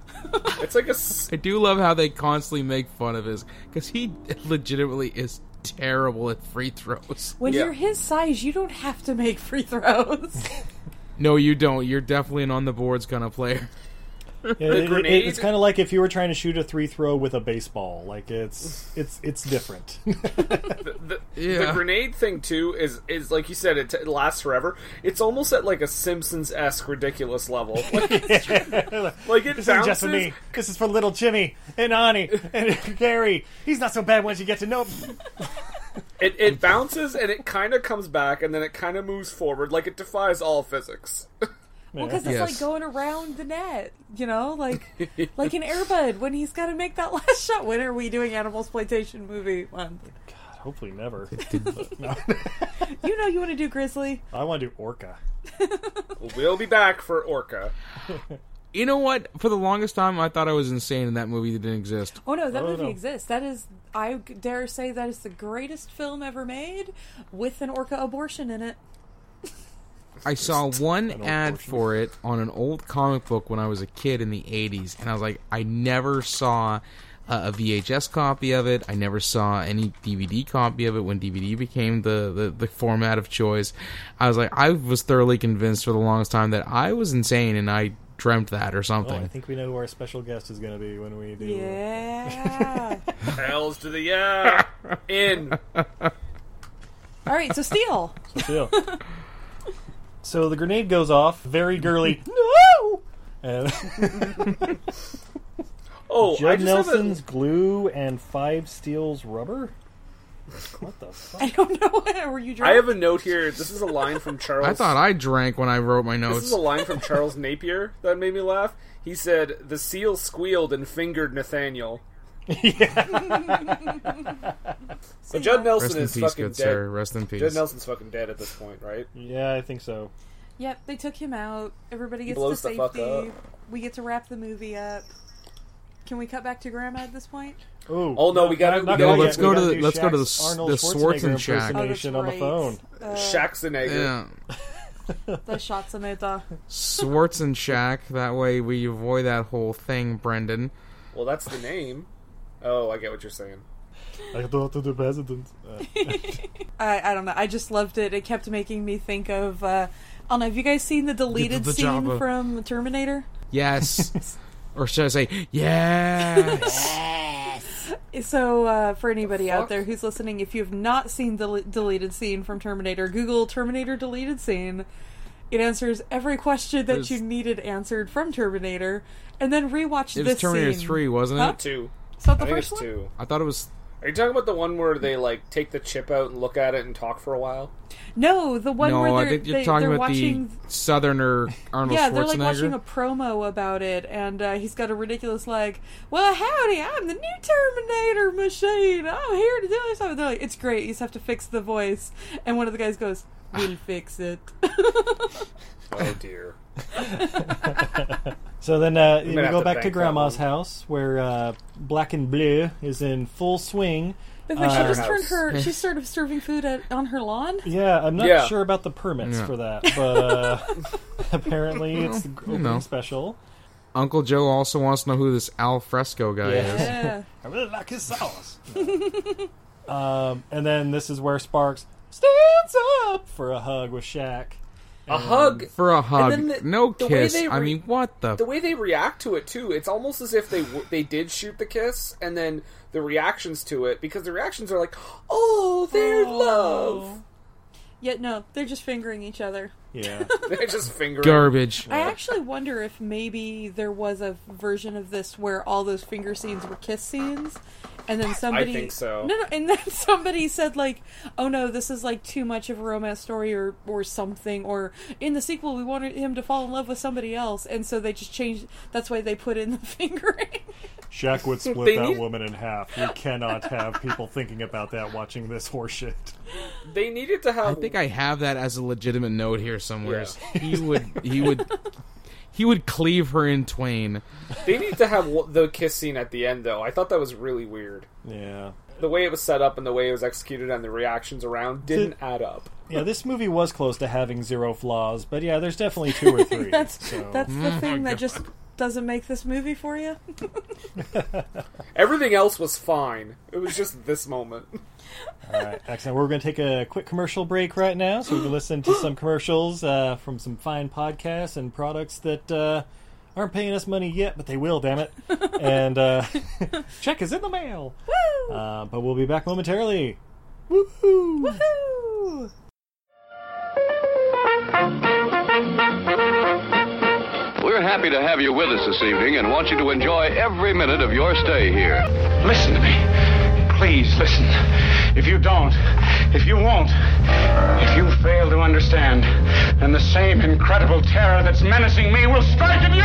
it's like a s-
I do love how they constantly make fun of his because he legitimately is terrible at free throws.
When
Yeah.
you're his size, you don't have to make free throws.
No, you don't. You're definitely an on the boards kind of player.
Yeah, it- it-
grenade-
it's kind of like if you were trying to shoot a three throw with a baseball. Like it's it's it's different.
the, the
Yeah.
grenade thing too is is like you said it, t- it lasts forever. It's almost at like a Simpsons esque ridiculous level. Like, like it
This ain't just for
bounces.
me. This is for little Jimmy and Ani and Gary. He's not so bad once you get to know him.
It, it bounces and it kind of comes back and then it kind of moves forward. Like it defies all physics.
well, because it's
Yes.
like going around the net, you know, like like an Airbud when he's got to make that last shot. When are we doing animal exploitation movie month?
Hopefully never.
You know, you want to do Grizzly.
I want to do Orca.
we'll be back for Orca.
You know what? For the longest time, I thought I was insane, and that movie that didn't exist.
Oh no, that
Oh,
movie
no.
exists. That is, I dare say, that is the greatest film ever made with an orca abortion in it.
I saw one
old
ad
portion.
for it on an old comic book when I was a kid in the '80s, and I was like, I never saw uh, a VHS copy of it. I never saw any DVD copy of it when DVD became the, the the format of choice. I was like, I was thoroughly convinced for the longest time that I was insane, and I dreamt that or
Oh, I
something.
think we know who our special guest is going to be when we do.
Yeah.
Hells to the yeah. In.
All right, so Steel.
So, Seal. So the grenade goes off. Very girly. no. And
Oh,
Judd
I just have a-
Nelson's glue and five steels rubber. What the fuck?
I don't know. Were you drunk?
I have a note here. This is a line from Charles.
I thought I drank when I wrote my
This
notes.
is a line from Charles Napier that made me laugh. He said, "The seal squealed and fingered Nathaniel." so Judd Nelson
Rest in
is
peace,
fucking
good
dead.
sir. Rest in peace.
Judd Nelson's fucking dead at this point, right?
Yeah, I think so.
Yep, they took him out. Everybody
He
gets to
blows the
safety.
fuck up.
We get to wrap the movie up. Can we cut back to Grandma at this point?
Oh,
Oh, no, we gotta- we gotta
let's
get-
go
we
to
gotta
the
do
let's go to the
Shaq's
s-
Arnold
the Schwarzen
Schwarzenegger
Oh,
Shack.
impersonation on the phone.
Uh,
Schwarzenegger.
Yeah,
The shots in it. uh,
Schwarzen Shack. That way we avoid that whole thing, Brendan.
Well, that's the name. Oh, I get what you're saying.
I thought to the president. Uh,
I, I don't know. I just loved it. It kept making me think of. Uh, I don't know. Have you guys seen the deleted
the
scene
Java.
from Terminator?
Yes, or should I say yes?
So, uh, for anybody out there who's listening, if you've not seen the del- deleted scene from Terminator, Google Terminator deleted scene. It answers every question that
There's-
you needed answered from Terminator, and then rewatch
It was
this
Terminator
scene.
Three, wasn't it?
Huh?
Two.
Is that the
I think
first
it's
one?
two.
I thought it was.
Are you talking about the one where they like take the chip out and look at it and talk for a while?
No, the one where
no,
they're,
I think you're
they,
talking
they're
about
watching.
the Southerner Arnold
yeah,
Schwarzenegger.
they're like watching a promo about it, and uh, he's got a ridiculous like, "Well, howdy, I'm the new Terminator machine. I'm here to do this." And They're like, "It's great. You just have to fix the voice." And one of the guys goes, "We'll fix it."
Oh dear.
so then uh, we
gonna have
go
to
back to
bank that
Grandma's
one.
house where uh, Black and Blue is in full swing.
But
Uh,
she just turned
house.
her. She's sort of serving food at, on her lawn.
Yeah, I'm not
Yeah.
sure about the permits
Yeah.
for that, but uh, apparently it's the
you
opening
know.
special.
Uncle Joe also wants to know who this Al Fresco guy
Yeah.
is.
Yeah.
I really like his sauce. um, and then this is where Sparks stands up for a hug with Shaq.
A hug.
For a hug,
then the-
no
the way
kiss.
they
I
re-
mean, what the?
the way they react to it too it's almost as if they w- they did shoot the kiss and then the reactions to it because the reactions are like oh they're love
Yet no, they're just fingering each other.
Yeah.
they're just fingering
Oh. garbage.
I actually wonder if maybe there was a version of this where all those finger scenes were kiss scenes, and then somebody
think so.
no no, and then somebody said like, oh no, this is like too much of a romance story or or something, or in the sequel we wanted him to fall in love with somebody else, and so they just changed. That's why they put in the fingering.
Shaq would
They
split
that
that
need-
woman in half. We cannot have people thinking about that watching this horseshit.
they needed to have
I think I have that as a legitimate note here somewhere. He would, he would, he would cleave her in twain.
they need to have w- the kiss scene at the end though i thought that was really weird
Yeah.
the way it was set up and the way it was executed and the reactions around didn't add up
Yeah, this movie was close to having zero flaws, but yeah, there's definitely two or three.
that's
so.
that's the
Oh,
thing that just doesn't make this movie for you.
everything else was fine it was just this moment
All right, excellent. We're going to take a quick commercial break right now so we can listen to some commercials uh, from some fine podcasts and products that uh, aren't paying us money yet, but they will, damn it. And uh, check is in the mail. Woo! Uh, but we'll be back momentarily. Woohoo!
Woo!
We're happy to have you with us this evening and want you to enjoy every minute of your stay here. Listen to me.
Please listen. If you don't, if you won't, if you fail to understand, then the same incredible terror that's menacing me will strike at you!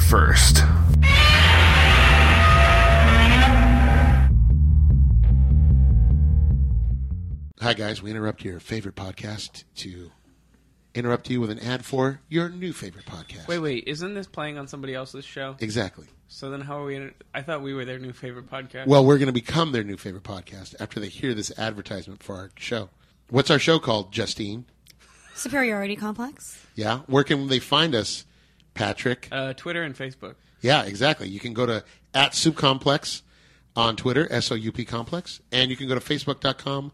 first.
Hi, guys. We interrupt your favorite podcast to interrupt you with an ad for your new favorite podcast.
Wait, wait, isn't this playing on somebody else's show?
Exactly.
So then, how are we? I thought we were their new favorite podcast.
Well, we're going to become their new favorite podcast after they hear this advertisement for our show. What's our show called, Justine?
Superiority complex.
Yeah. Where can they find us, Patrick?
uh, Twitter and Facebook.
Yeah, exactly. You can go to at Soup Complex on Twitter, S O U P Complex, and you can go to Facebook.com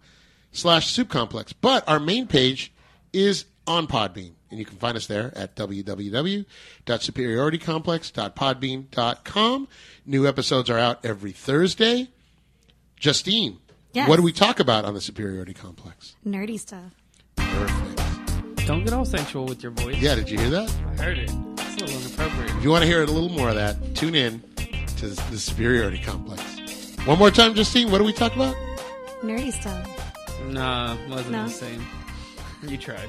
slash Soup Complex. But our main page is on Podbean, and you can find us there at www.superioritycomplex.podbean.com. New episodes are out every Thursday. Justine,
Yes.
what do we talk about on the Superiority Complex?
Nerdy stuff.
Don't get all sensual with your voice.
Yeah, did you hear that?
I heard it. It's a little inappropriate.
If you want to hear a little more of that, tune in to the Superiority Complex. One more time, Justine, what do we talk about?
Nerdy stuff.
Nah, wasn't
No.
the same. You tried.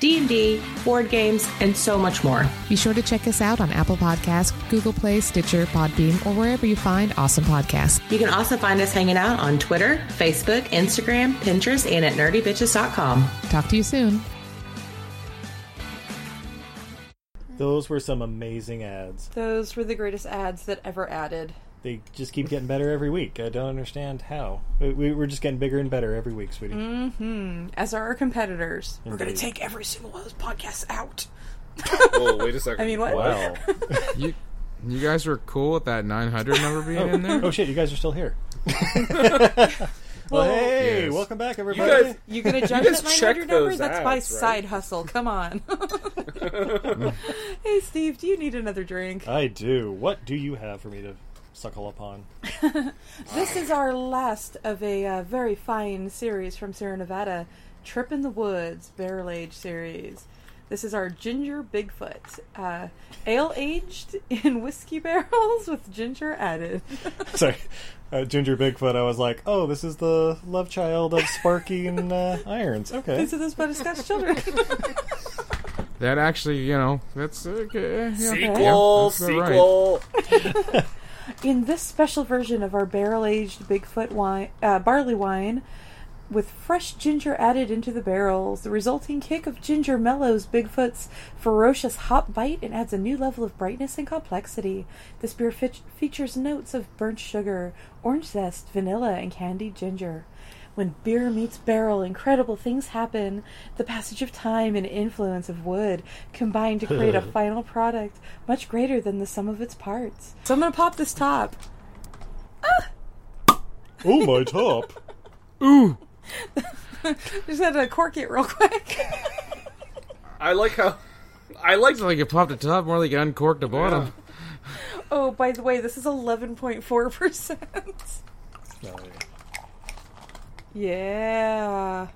D&D, board games, and so much more.
Be sure to check us out on Apple Podcasts, Google Play, Stitcher, Podbean, or wherever you find awesome podcasts.
You can also find us hanging out on Twitter, Facebook, Instagram, Pinterest, and at nerdybitches.com.
Talk to you soon.
Those were some amazing ads.
Those were the greatest ads that ever added.
They just keep getting better every week. I don't understand how. We- We, we're just getting bigger and better every week, sweetie.
hmm As are our competitors. We're going to
Indeed.
take every single one of those podcasts out.
Whoa, Oh, wait a second.
I mean, what?
Wow.
you, you guys were cool with that 900 number being
Oh,
in there.
oh shit, you guys are still here. well, hey, welcome back, everybody.
Oh, You guys, you gonna judge that 900 number? That's my
by
side hustle. Come on. hey, Steve, do you need another drink?
I do. What do you have for me to suckle upon?
This is our last of a uh, very fine series from Sierra Nevada, Trip in the Woods Barrel Age series. This is our Ginger Bigfoot, uh, ale aged in whiskey barrels with ginger added.
Sorry, uh, Ginger Bigfoot. I was like, oh, this is the love child of Sparky and uh, Irons. Okay.
These are those butterscotch children.
That actually, you know, that's okay. Yeah,
Sequel,
that's all right.
sequel.
In this special version of our barrel aged Bigfoot wine, uh, barley wine, with fresh ginger added into the barrels, the resulting kick of ginger mellows Bigfoot's ferocious hop bite and adds a new level of brightness and complexity. This beer fit- features notes of burnt sugar, orange zest, vanilla, and candied ginger. When beer meets barrel, incredible things happen. The passage of time and influence of wood combine to create a final product much greater than the sum of its parts. So I'm gonna pop this top.
oh my top.
Ooh.
Just had to cork it real quick.
I like how. I like.
It's like you popped the top more like you uncorked the bottom.
Oh, by the way, this is 11.4%.
Oh,
Yeah.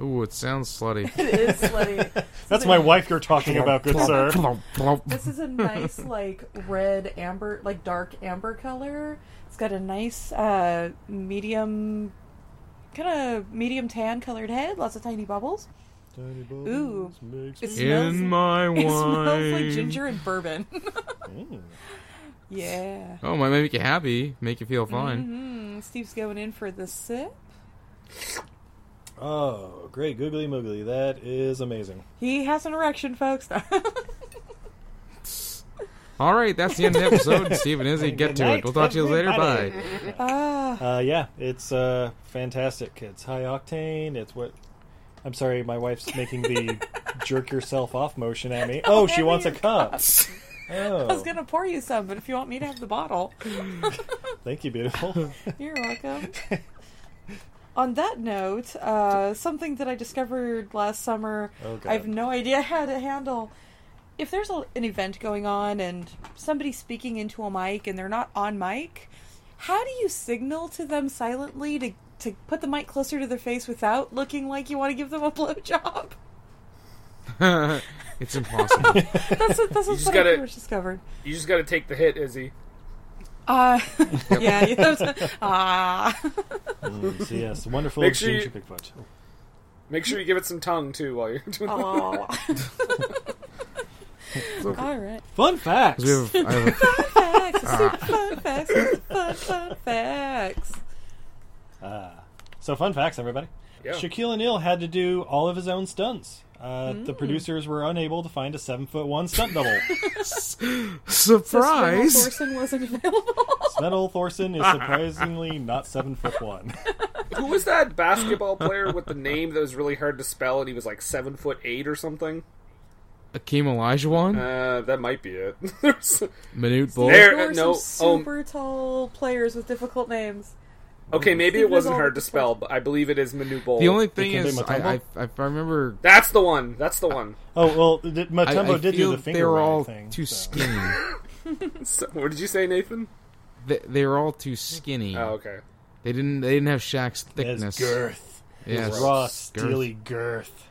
Ooh, it sounds slutty.
It is slutty.
That's my wife you're talking about, good sir.
This is a nice, like, red amber, like dark amber color. It's got a nice, uh, medium, kind of medium tan colored head, lots of tiny bubbles.
Tiny bubbles
Ooh.
makes
It
me-
smells-
In my
It smells like
wine.
ginger and bourbon. yeah.
Oh, might make you happy, make you feel fine.
hmm Steve's going in for the sip.
Oh, great googly moogly. That is amazing.
He has an erection, folks.
All right, that's the end of the episode. Steve and Izzy, get to it. We'll talk to you later. Bye.
Ah.
Uh, yeah, it's uh, fantastic. It's high octane. It's what. I'm sorry, my wife's making the jerk yourself off motion at me. Oh, she wants a cup.
I was
Oh,
gonna pour you some, but if you want me to have the bottle,
thank you, beautiful.
you're welcome. On that note, uh, something that I discovered last summer,
Oh, God.
I have no idea how to handle. If there's a, an event going on and somebody's speaking into a mic and they're not on mic, how do you signal to them silently to, to put the mic closer to their face without looking like you want to give them a blowjob?
It's impossible.
that's what, that's
You
what
just
I
gotta-
pretty much discovered.
You just got to take the hit, Izzy.
Uh, yeah, you have to, ah.
Mm, so yes, wonderful Oh,
Make sure
exchange
you-
of Bigfoot.
Make sure you give it some tongue too while you're doing
Oh.
that.
All right.
Fun facts.
We have- I have-
Fun facts.
Ah.
Fun facts. Fun, fun facts.
Ah. So, fun facts, everybody.
Yeah.
Shaquille O'Neal had to do all of his own stunts. Uh, The
Mm.
producers were unable to find a seven foot one stunt double.
So Sven Thorson wasn't available.
Metal Thorson is surprisingly not seven foot one.
Who was that basketball player with the name that was really hard to spell and he was like seven foot eight or something?
Akeem Olajuwon,
Uh, that might be it. There's-
Manute Bull.
There-
There were
no,
some
oh.
um,
super tall players with difficult names.
okay, maybe
He
it
was
wasn't
all
hard
the
to spell, but I believe it is Manu Bol.
The only thing is, I, I, I remember.
That's the one. That's the one.
Oh well, did,
I, I
Matumbo did do
feel
the
they
finger
were
wave
all
thing.
too skinny.
So- what did you say, Nathan?
they, they were all too skinny.
Oh, okay.
They didn't. They didn't have Shaq's thickness.
girth. His
Yes.
raw,
girth.
steely girth.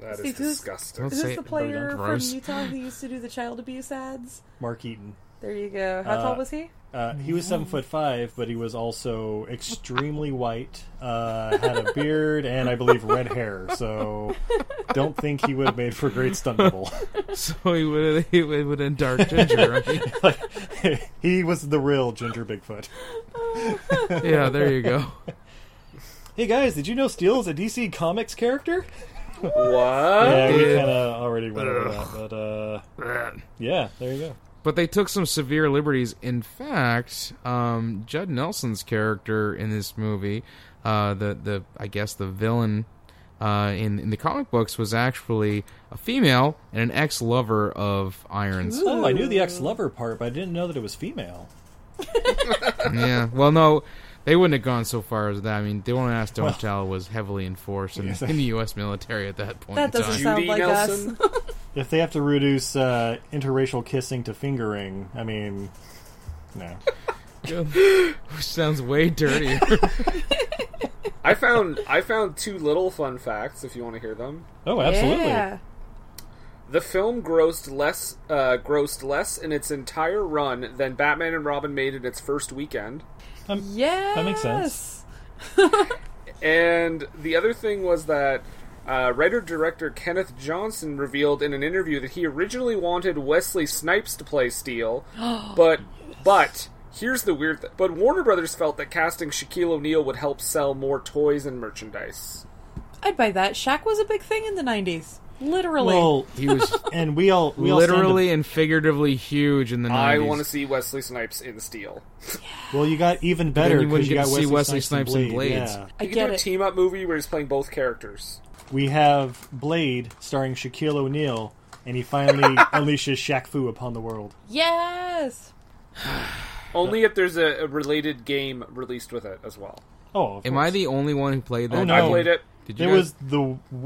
That
See,
is
this-
disgusting.
Is
say
this
it,
the
but it
player
don't
from
gross.
Utah who used to do the child abuse ads?
Mark Eaton.
There you go. How
Uh,
tall was he?
Uh, he was seven foot five, but he was also extremely white, uh, had a beard, and I believe red hair. So, don't think he would have made for a great stunt double.
So he would. He would in dark ginger. Right?
he was the real Ginger Bigfoot.
yeah. There you go.
Hey guys, did you know Steel is a DC Comics character?
What?
yeah, we
Dude.
kind of already went over that, but uh, yeah, there you go.
But they took some severe liberties. In fact, um, Judd Nelson's character in this movie, uh, the the I guess the villain uh, in in the comic books was actually a female and an ex lover of Irons.
Oh, I knew the ex-lover part, but I didn't know that it was female.
yeah. Well, no, they wouldn't have gone so far as that. I mean, don't ask, don't
Well-
tell was heavily enforced in,
Yes.
in the U.S. military at that point.
That
in
doesn't
time.
sound like us.
If they have to reduce uh, interracial kissing to fingering, I mean, no.
Which sounds way dirtier.
I found I found two little fun facts. If you want to hear them,
Oh, absolutely.
Yeah.
the film grossed less uh, grossed less in its entire run than Batman and Robin made in its first weekend.
Yes.
That makes sense.
And the other thing was that uh, writer director Kenneth Johnson revealed in an interview that he originally wanted Wesley Snipes to play Steel, but but here's the weird thing. But Warner Brothers felt that casting Shaquille O'Neal would help sell more toys and merchandise.
I'd buy that. Shaq was a big thing in the 90s. Literally.
Well,
He was
and we all we all stand to-
literally and figuratively huge in the 90s.
I want to see Wesley Snipes in Steel.
well, you got
then
even better
you wouldn't
because you,
get
got
to see
Wesley,
Wesley
Snipes,
Snipes in
and Blade.
Blades.
Yeah.
I
You can
get
do a
it.
team up movie where he's playing both characters.
We have Blade starring Shaquille O'Neal, and he finally unleashes Shaq Fu upon the world.
Yes.
Only if there's a, a related game released with it as well.
Oh, of
Am
course.
I the only one who played that?
Oh, no.
I
game?
played it.
Did you
It
guys-
was the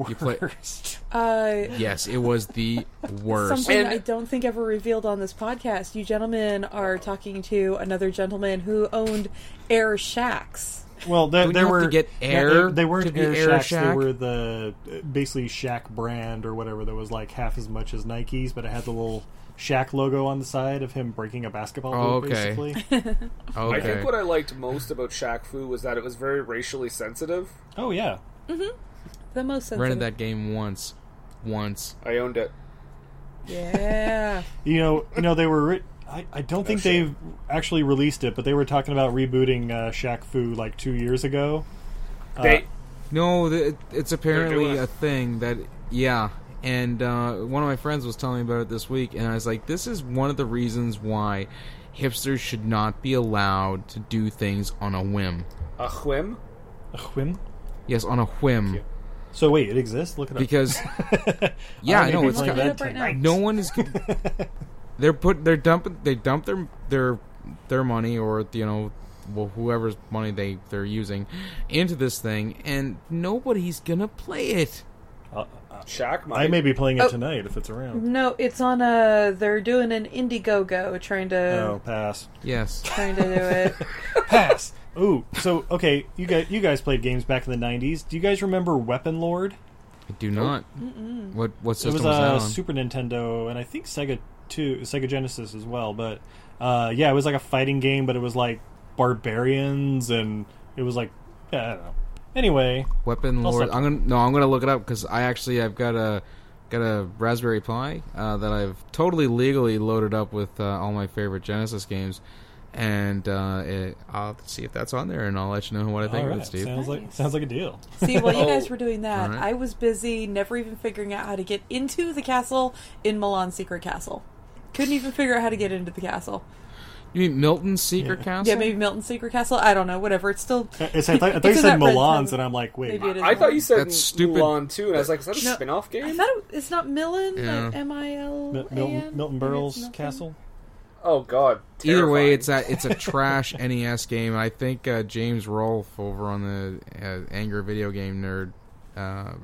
You play-
worst.
Uh,
Yes, it was the worst.
Something
And-
I don't think ever revealed on this podcast. You gentlemen are talking to another gentleman who owned Air Shacks.
Well, there,
Don't you
there
have to
were
get
yeah,
air
they, they
to
weren't
be
air,
Air
shacks. They
Shack?
were the uh, basically Shack brand or whatever that was like half as much as Nikes, but it had the little Shack logo on the side of him breaking a basketball.
Oh,
hoop,
okay.
Basically.
okay.
I think what I liked most about Shaq Fu was that it was very racially sensitive.
oh yeah.
The most sensitive.
rented that game once. Once.
I owned it.
Yeah.
You know, you know they were. Re- I, I
Oh,
don't think they've actually released it, but they were talking about rebooting uh, Shaq Fu like two years ago.
Uh,
They
No, th- it's apparently
doing it.
a thing that yeah. And uh, one of my friends was telling me about it this week, and I was like, "This is one of the reasons why hipsters should not be allowed to do things on a whim."
a whim.
Whim.
Yes, on a whim,
So wait, it exists. Look it up.
because yeah,
I
I
don't
know
even
it's
like
got-
that Look it up right tonight. now.
no one is. they're put. They're dumping. They dump their their their money or you know, well, whoever's money they they're using into this thing, and nobody's gonna play it.
Shaq might.
I may be playing it
Oh.
tonight if it's around.
No, it's on a. They're doing an Indiegogo, trying to
Oh, pass.
Yes.
trying to do it.
Pass. Ooh, so okay, you guys, you guys played games back in the '90s. Do you guys remember Weapon Lord?
I do not.
Mm-mm.
What what
it
system
was,
was,
uh,
that on?
Super Nintendo and I think Sega too, Sega Genesis as well. But uh, yeah, it was like a fighting game, but it was like barbarians and it was like yeah, I don't know. Anyway,
Weapon
I'll
Lord.
stop.
I'm gonna no. I'm gonna look it up because I actually I've got a got a Raspberry Pi uh, that I've totally legally loaded up with uh, all my favorite Genesis games, and uh, it, I'll see if that's on there, and I'll let you know what I think
All
of
right,
it, Steve.
sounds like sounds like a deal.
See, while
Oh.
you guys were doing that,
Alright.
I was busy never even figuring out how to get into the castle in Milan Secret Castle. Couldn't even figure out how to get into the castle.
You mean Milton's Secret Castle?
Yeah, maybe Milton Secret Castle. I don't know. Whatever. It's still.
It's- I thought- I thought you
it's in
said
that red
Milan's,
zone.
and I'm like, wait.
Maybe it is
Uh, I thought you said
Milan.
Mulan too, and I was like, is that a
No,
spin-off game?
I thought it, it's not Millen.
Yeah.
Like M I L
Mil-
A
Milton,
N.
Milton Berle's castle.
Oh God!
Either way, it's a it's a trash NES game. I think uh, James Rolfe over on the uh, Angry Video Game Nerd uh,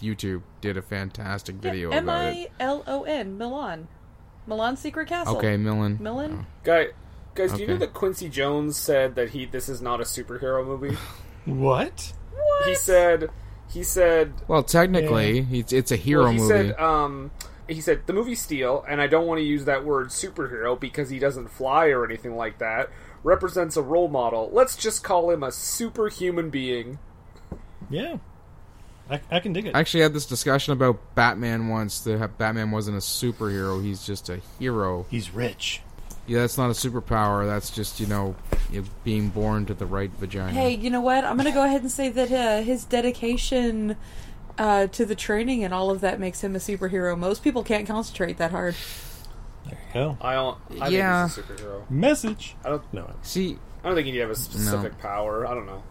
YouTube did a fantastic video
M
about it.
I L O N. Milan. Milan Secret Castle.
Okay, Milan.
Milan.
Guy, guys, do you know
Okay.
that Quincy Jones said that he this is not a superhero movie?
What?
He said he said
Well, technically, it's, it's a hero
well, he
movie.
said um he said the movie Steel, and I don't want to use that word superhero because he doesn't fly or anything like that. Represents a role model. Let's just call him a superhuman being.
Yeah, I, I can dig it.
I actually had this discussion about Batman once. That ha- Batman wasn't a superhero; he's just a hero.
He's rich.
Yeah, that's not a superpower. That's just you know, you being born to the right vagina.
Hey, you know what? I'm going to go ahead and say that uh, his dedication uh, to the training and all of that makes him a superhero. Most people can't concentrate that hard.
Hell.
I don't. I
Yeah.
think he's a superhero.
Message.
I don't
know.
See,
I don't think he'd have a specific power. I don't know.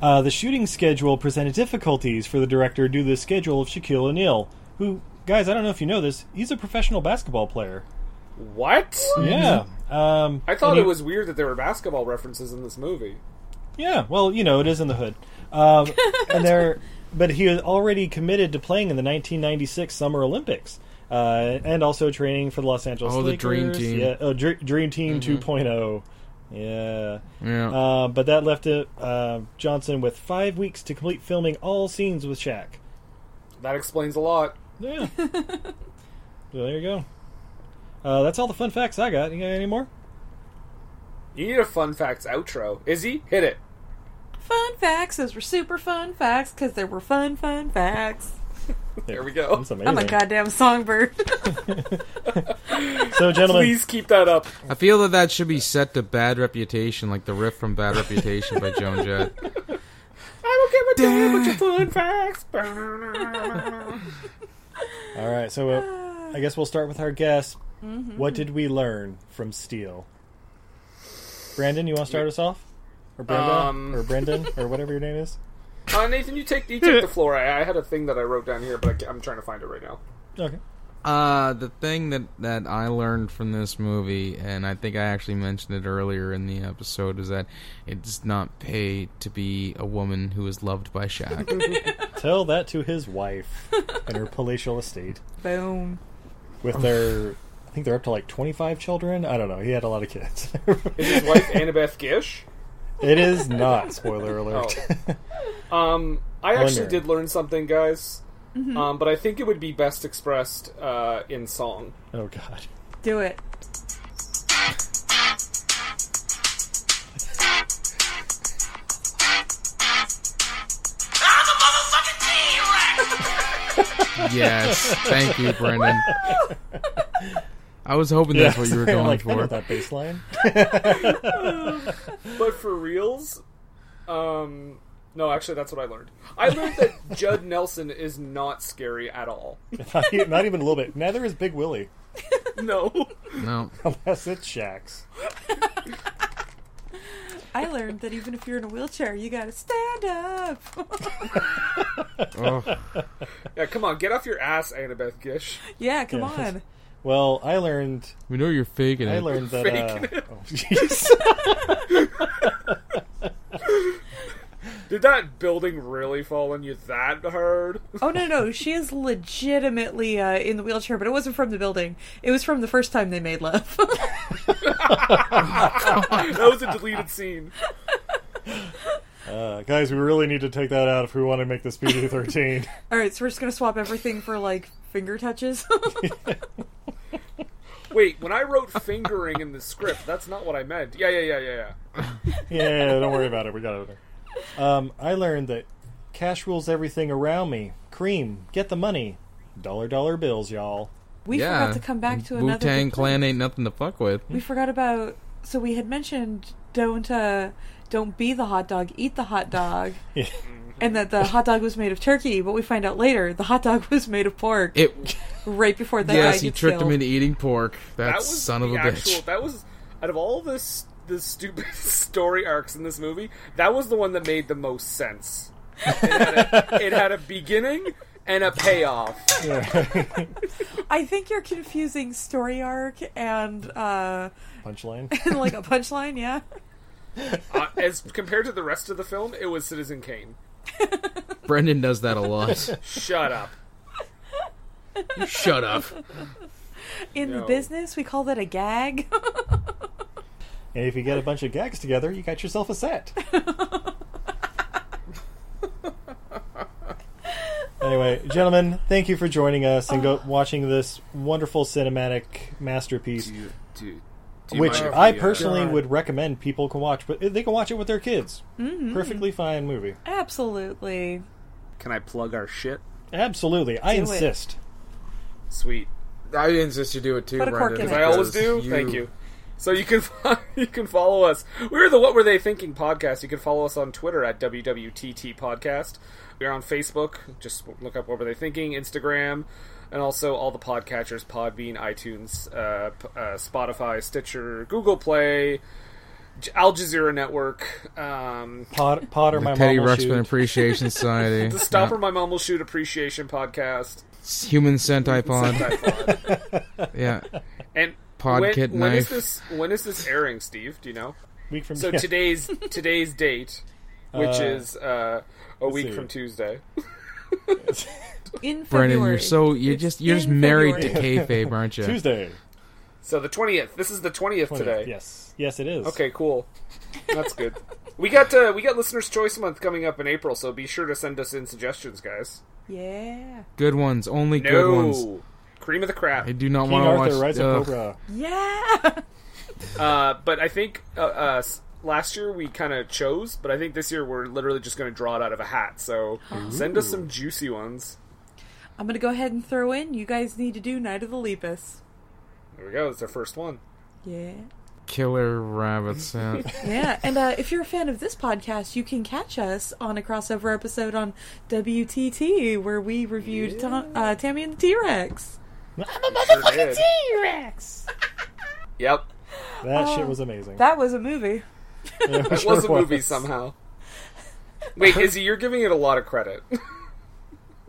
Uh, the shooting schedule presented difficulties for the director due to the schedule of Shaquille O'Neal, who, guys, I don't know if you know this, he's a professional basketball player.
What?
Yeah. Um,
I thought
and he-
it was weird that there were basketball references in this movie.
Yeah, well, you know, it is in the hood. Um, and there, but he was already committed to playing in the 1996 Summer Olympics. Uh, and also training for the Los Angeles
Oh, the Dream
Lakers.
Team. Mm-hmm.
Yeah, oh, Dr- Dream Team 2.0. Yeah.
Yeah.
Uh, but that left uh, uh, Johnson with five weeks to complete filming all scenes with Shaq.
That explains a lot.
Yeah. So there you go. Uh, that's all the fun facts I got. You got any more?
You need a fun facts outro. Izzy, hit it.
Fun facts. Those were super fun facts because there were fun, fun facts.
There we go. Oh,
That's
I'm a goddamn songbird.
So, gentlemen,
please keep that up.
I feel that that should be set to "Bad Reputation," like the riff from "Bad Reputation" by Joan Jett.
I don't give a damn about your fun
All right, so uh, I guess we'll start with our guest.
Mhm.
What did we learn from Steel? Brandon, you want to start us off, or Brenda,
Um.
or Brendan, or whatever your name is?
Uh, Nathan, you take you take the floor. I, I had a thing that I wrote down here, but I, ca- I'm trying to find it right now.
Okay.
Uh, the thing that, that I learned from this movie, and I think I actually mentioned it earlier in the episode, is that it does not pay to be a woman who is loved by Shaq.
Tell that to his wife and her palatial estate
Boom.
with their. I think they're up to like twenty-five children. I don't know. He had a lot of kids.
Is his wife Annabeth Gish?
it is not spoiler alert.
Oh. Um, I
Wonder.
actually did learn something, guys.
Mhm.
Um, but I think it would be best expressed uh, in song.
Oh God.
Do it.
yes, thank you, Brendan. I was hoping that's what you were going
like, I know
for.
that baseline.
But for reals, um, no, actually, that's what I learned. I learned that Judd Nelson is not scary at all.
not, e- not even a little bit. Neither is Big Willie,
No.
No.
unless it's Shaq's.
I learned that even if you're in a wheelchair, you gotta stand up.
Yeah, come on, get off your ass, Annabeth Gish.
yeah, come
Yeah.
on.
Well, I learned.
We know you're faking it.
I learned that.
Faking
uh,
it.
oh, jeez.
Did that building really fall on you that hard?
Oh no, no, she is legitimately uh, in the wheelchair, but it wasn't from the building. It was from the first time they made love.
that was a deleted scene.
Uh, Uh, guys, we really need to take that out if we want to make this PG 13.
All right, so we're just gonna swap everything for like finger touches.
Wait, when I wrote fingering in the script, that's not what I meant. Yeah, yeah, yeah, yeah, yeah.
yeah, don't worry about it. We got it over. Um, I learned that cash rules everything around me. Cream, get the money. Dollar dollar bills, y'all.
We
yeah.
forgot to come back to
Wu
another
Tang
good
Clan ain't nothing to fuck with.
we forgot about. So we had mentioned don't uh, don't be the hot dog, eat the hot dog,
Yeah.
and that the hot dog was made of turkey. But we find out later the hot dog was made of pork.
It-
right before that. guy
yes, he
gets
tricked
killed.
him into eating pork. That,
That was
son of a
the actual,
bitch.
That was out of all this the stupid story arcs in this movie. That was the one that made the most sense. It had a, it had a beginning and a payoff.
I think you're confusing story arc and uh,
Punchline?
and like a punchline. Yeah.
Uh, as compared to the rest of the film, it was Citizen Kane.
Brendan does that a lot.
Shut up.
Shut up.
In the
No.
business, we call that a gag.
And if you get a bunch of gags together, you got yourself a set. anyway, gentlemen, thank you for joining us and
Oh.
go- watching this wonderful cinematic masterpiece.
Dude.
which I
uh,
personally would recommend people can watch, but they can watch it with their kids.
Mhm.
Mm-hmm.
Perfectly fine movie.
Absolutely.
Can I plug our shit?
Absolutely, I
Do it.
insist.
Sweet.
I insist you do it too,
Put a cork
Brendan.
in
As I always do.
because
Thank you. So you can fo- you can follow us. We're the What Were They Thinking podcast. You can follow us on Twitter at WWTT Podcast. We're on Facebook. Just look up What Were They Thinking, Instagram, and also all the podcatchers: Podbean, iTunes, uh, p- uh, Spotify, Stitcher, Google Play, J- Al Jazeera Network. Um,
Pot, Potter,
The
my
Petty
mom will
Ruxpin
shoot.
Appreciation Society.
the Stopper My Mom Will Shoot Appreciation Podcast.
Yeah. Human Sentai Pod.
Centipod.
yeah.
And
Pod
when,
Kit
when is
Knife.
this when is this airing, Steve? Do you know?
Week from-
so
yeah.
today's today's date, which
Uh,
is uh, a
let's
week
see.
from Tuesday.
Brendan,
In February.
you're so you're just you're just
in
married
February.
to kayfabe, aren't you?
Tuesday.
So the twentieth. This is the twentieth today.
Yes. Yes, it is.
Okay, cool. That's good. we got uh, we got listeners' choice month coming up in April, so be sure to send us in suggestions, guys.
Yeah.
Good ones, only
no.
good ones.
Cream of the crop.
I do not
King
want to watch.
Arthur, Rise
ugh.
of Cobra.
Yeah.
Uh, but I think uh, uh, s- last year we kind of chose, but I think this year we're literally just going to draw it out of a hat. So send us
Ooh.
some juicy ones.
I'm gonna go ahead and throw in. You guys need to do Night of the Lepus.
There we go. It's our first one.
Yeah.
Killer rabbits. Yeah.
Yeah, and uh, if you're a fan of this podcast, you can catch us on a crossover episode on WTT where we reviewed Ta- uh, Tammy and the T Rex.
did.
Rex.
Yep.
That shit was amazing.
That was a movie.
It
sure
Oh. was a movie
was.
somehow. Wait, Izzy, you're giving it a lot of credit.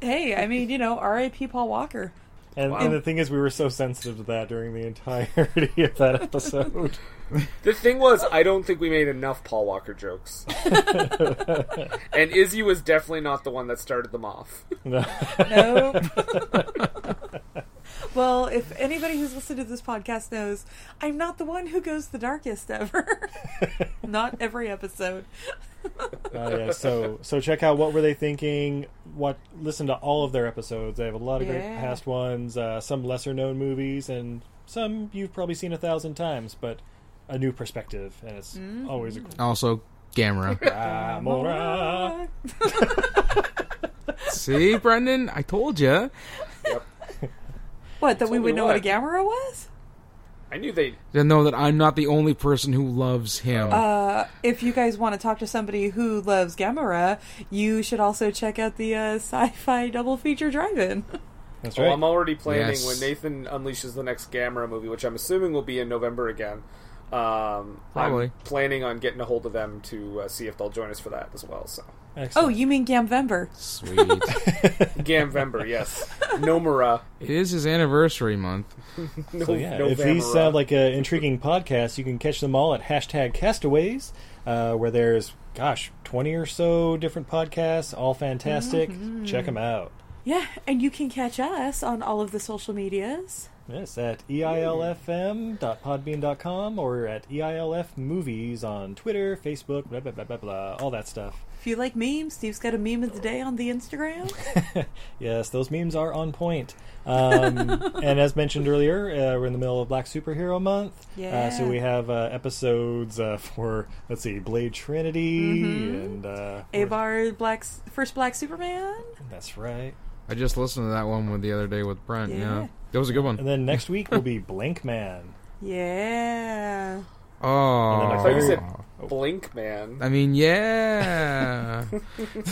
Hey, I mean, you know, R.I.P. Paul Walker.
And,
Wow.
and the thing is, we were so sensitive to that during the entirety of that episode.
The thing was, I don't think we made enough Paul Walker jokes. and Izzy was definitely not the one that started them off.
No.
Nope. well, if anybody who's listened to this podcast knows, I'm not the one who goes the darkest ever. not every episode.
Uh, yeah, so so check out what were they thinking. What listen to all of their episodes. They have a lot of great
Yeah.
past ones, uh, some lesser known movies, and some you've probably seen a thousand times, but a new perspective, and it's
Mm-hmm.
always a cool.
Also, Gamera.
Ah,
Uh,
Uh,
Gamora.
See, Brendan, I told you.
What, that we
Tell me
would know what a
what.
Gamera was?
I knew they.
To know that I'm not the only person who loves him.
Uh, if you guys want to talk to somebody who loves Gamera, you should also check out the uh, sci-fi double feature drive-in.
That's
Well, I'm already planning
Yes.
when Nathan unleashes the next Gamera movie, which I'm assuming will be in November again. Um,
Probably.
I'm planning on getting a hold of them to uh, see if they'll join us for that as well. So
Oh, you mean Gamvember?
Sweet.
Gamvember, yes, Nomura.
it is his anniversary month.
No,
So yeah,
no uh,
if these
Gamera.
sound like an intriguing podcast, you can catch them all at hashtag Castaways, uh, where there's gosh twenty or so different podcasts, all fantastic. Check 'em Check them out.
Yeah, and you can catch us on all of the social medias.
Yes, at E eilfm.podbean.com or at E eilfmovies on Twitter, Facebook, blah, blah, blah, blah, blah, all that stuff.
If you like memes, Steve's got a meme of the day on the Instagram.
Yes, those memes are on point. Um, and as mentioned earlier, uh, we're in the middle of Black Superhero Month. Uh, so
Yeah.
we have uh, episodes uh, for, let's see, Blade Trinity
Mhm.
and. Uh,
Abar Black's first Black Superman.
that's right.
I just listened to that one with the other day with Brent. Yeah,
Yeah.
that was a good one.
And then next week will be Blank Man.
Yeah.
Oh,
I thought you said Blink Man.
I mean, yeah.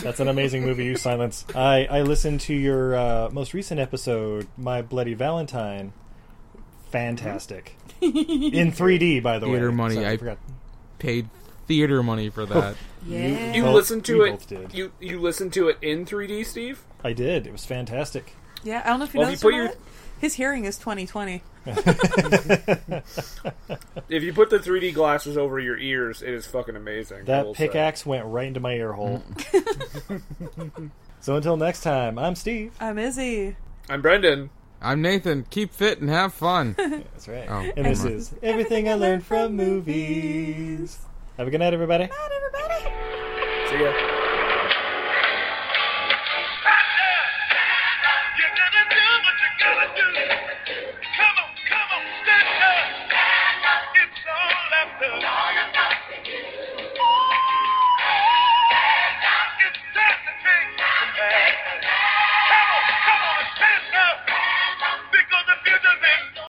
That's an amazing movie, you silence. I, I listened to your uh, most recent episode, My Bloody Valentine. Fantastic. In 3D, by the way.
theater money.
Sorry,
I
forgot.
paid theater money for that.
You
both-
listened to
we
it.
both did.
You you listened to it in 3D, Steve.
I did. It was fantastic.
Yeah, I don't know if you
Well,
noticed
if you
or
put your-
not. His hearing is 2020.
If you put the 3D glasses over your ears, it is fucking amazing. I
That
will say.
pickaxe went right into my ear hole. so until next time, I'm Steve.
I'm Izzy.
I'm Brendan.
I'm Nathan. Keep fit and have fun.
That's right.
Oh,
and this
come on.
is Everything I Learned from Movies. Have a good night, everybody.
Not everybody.
See ya.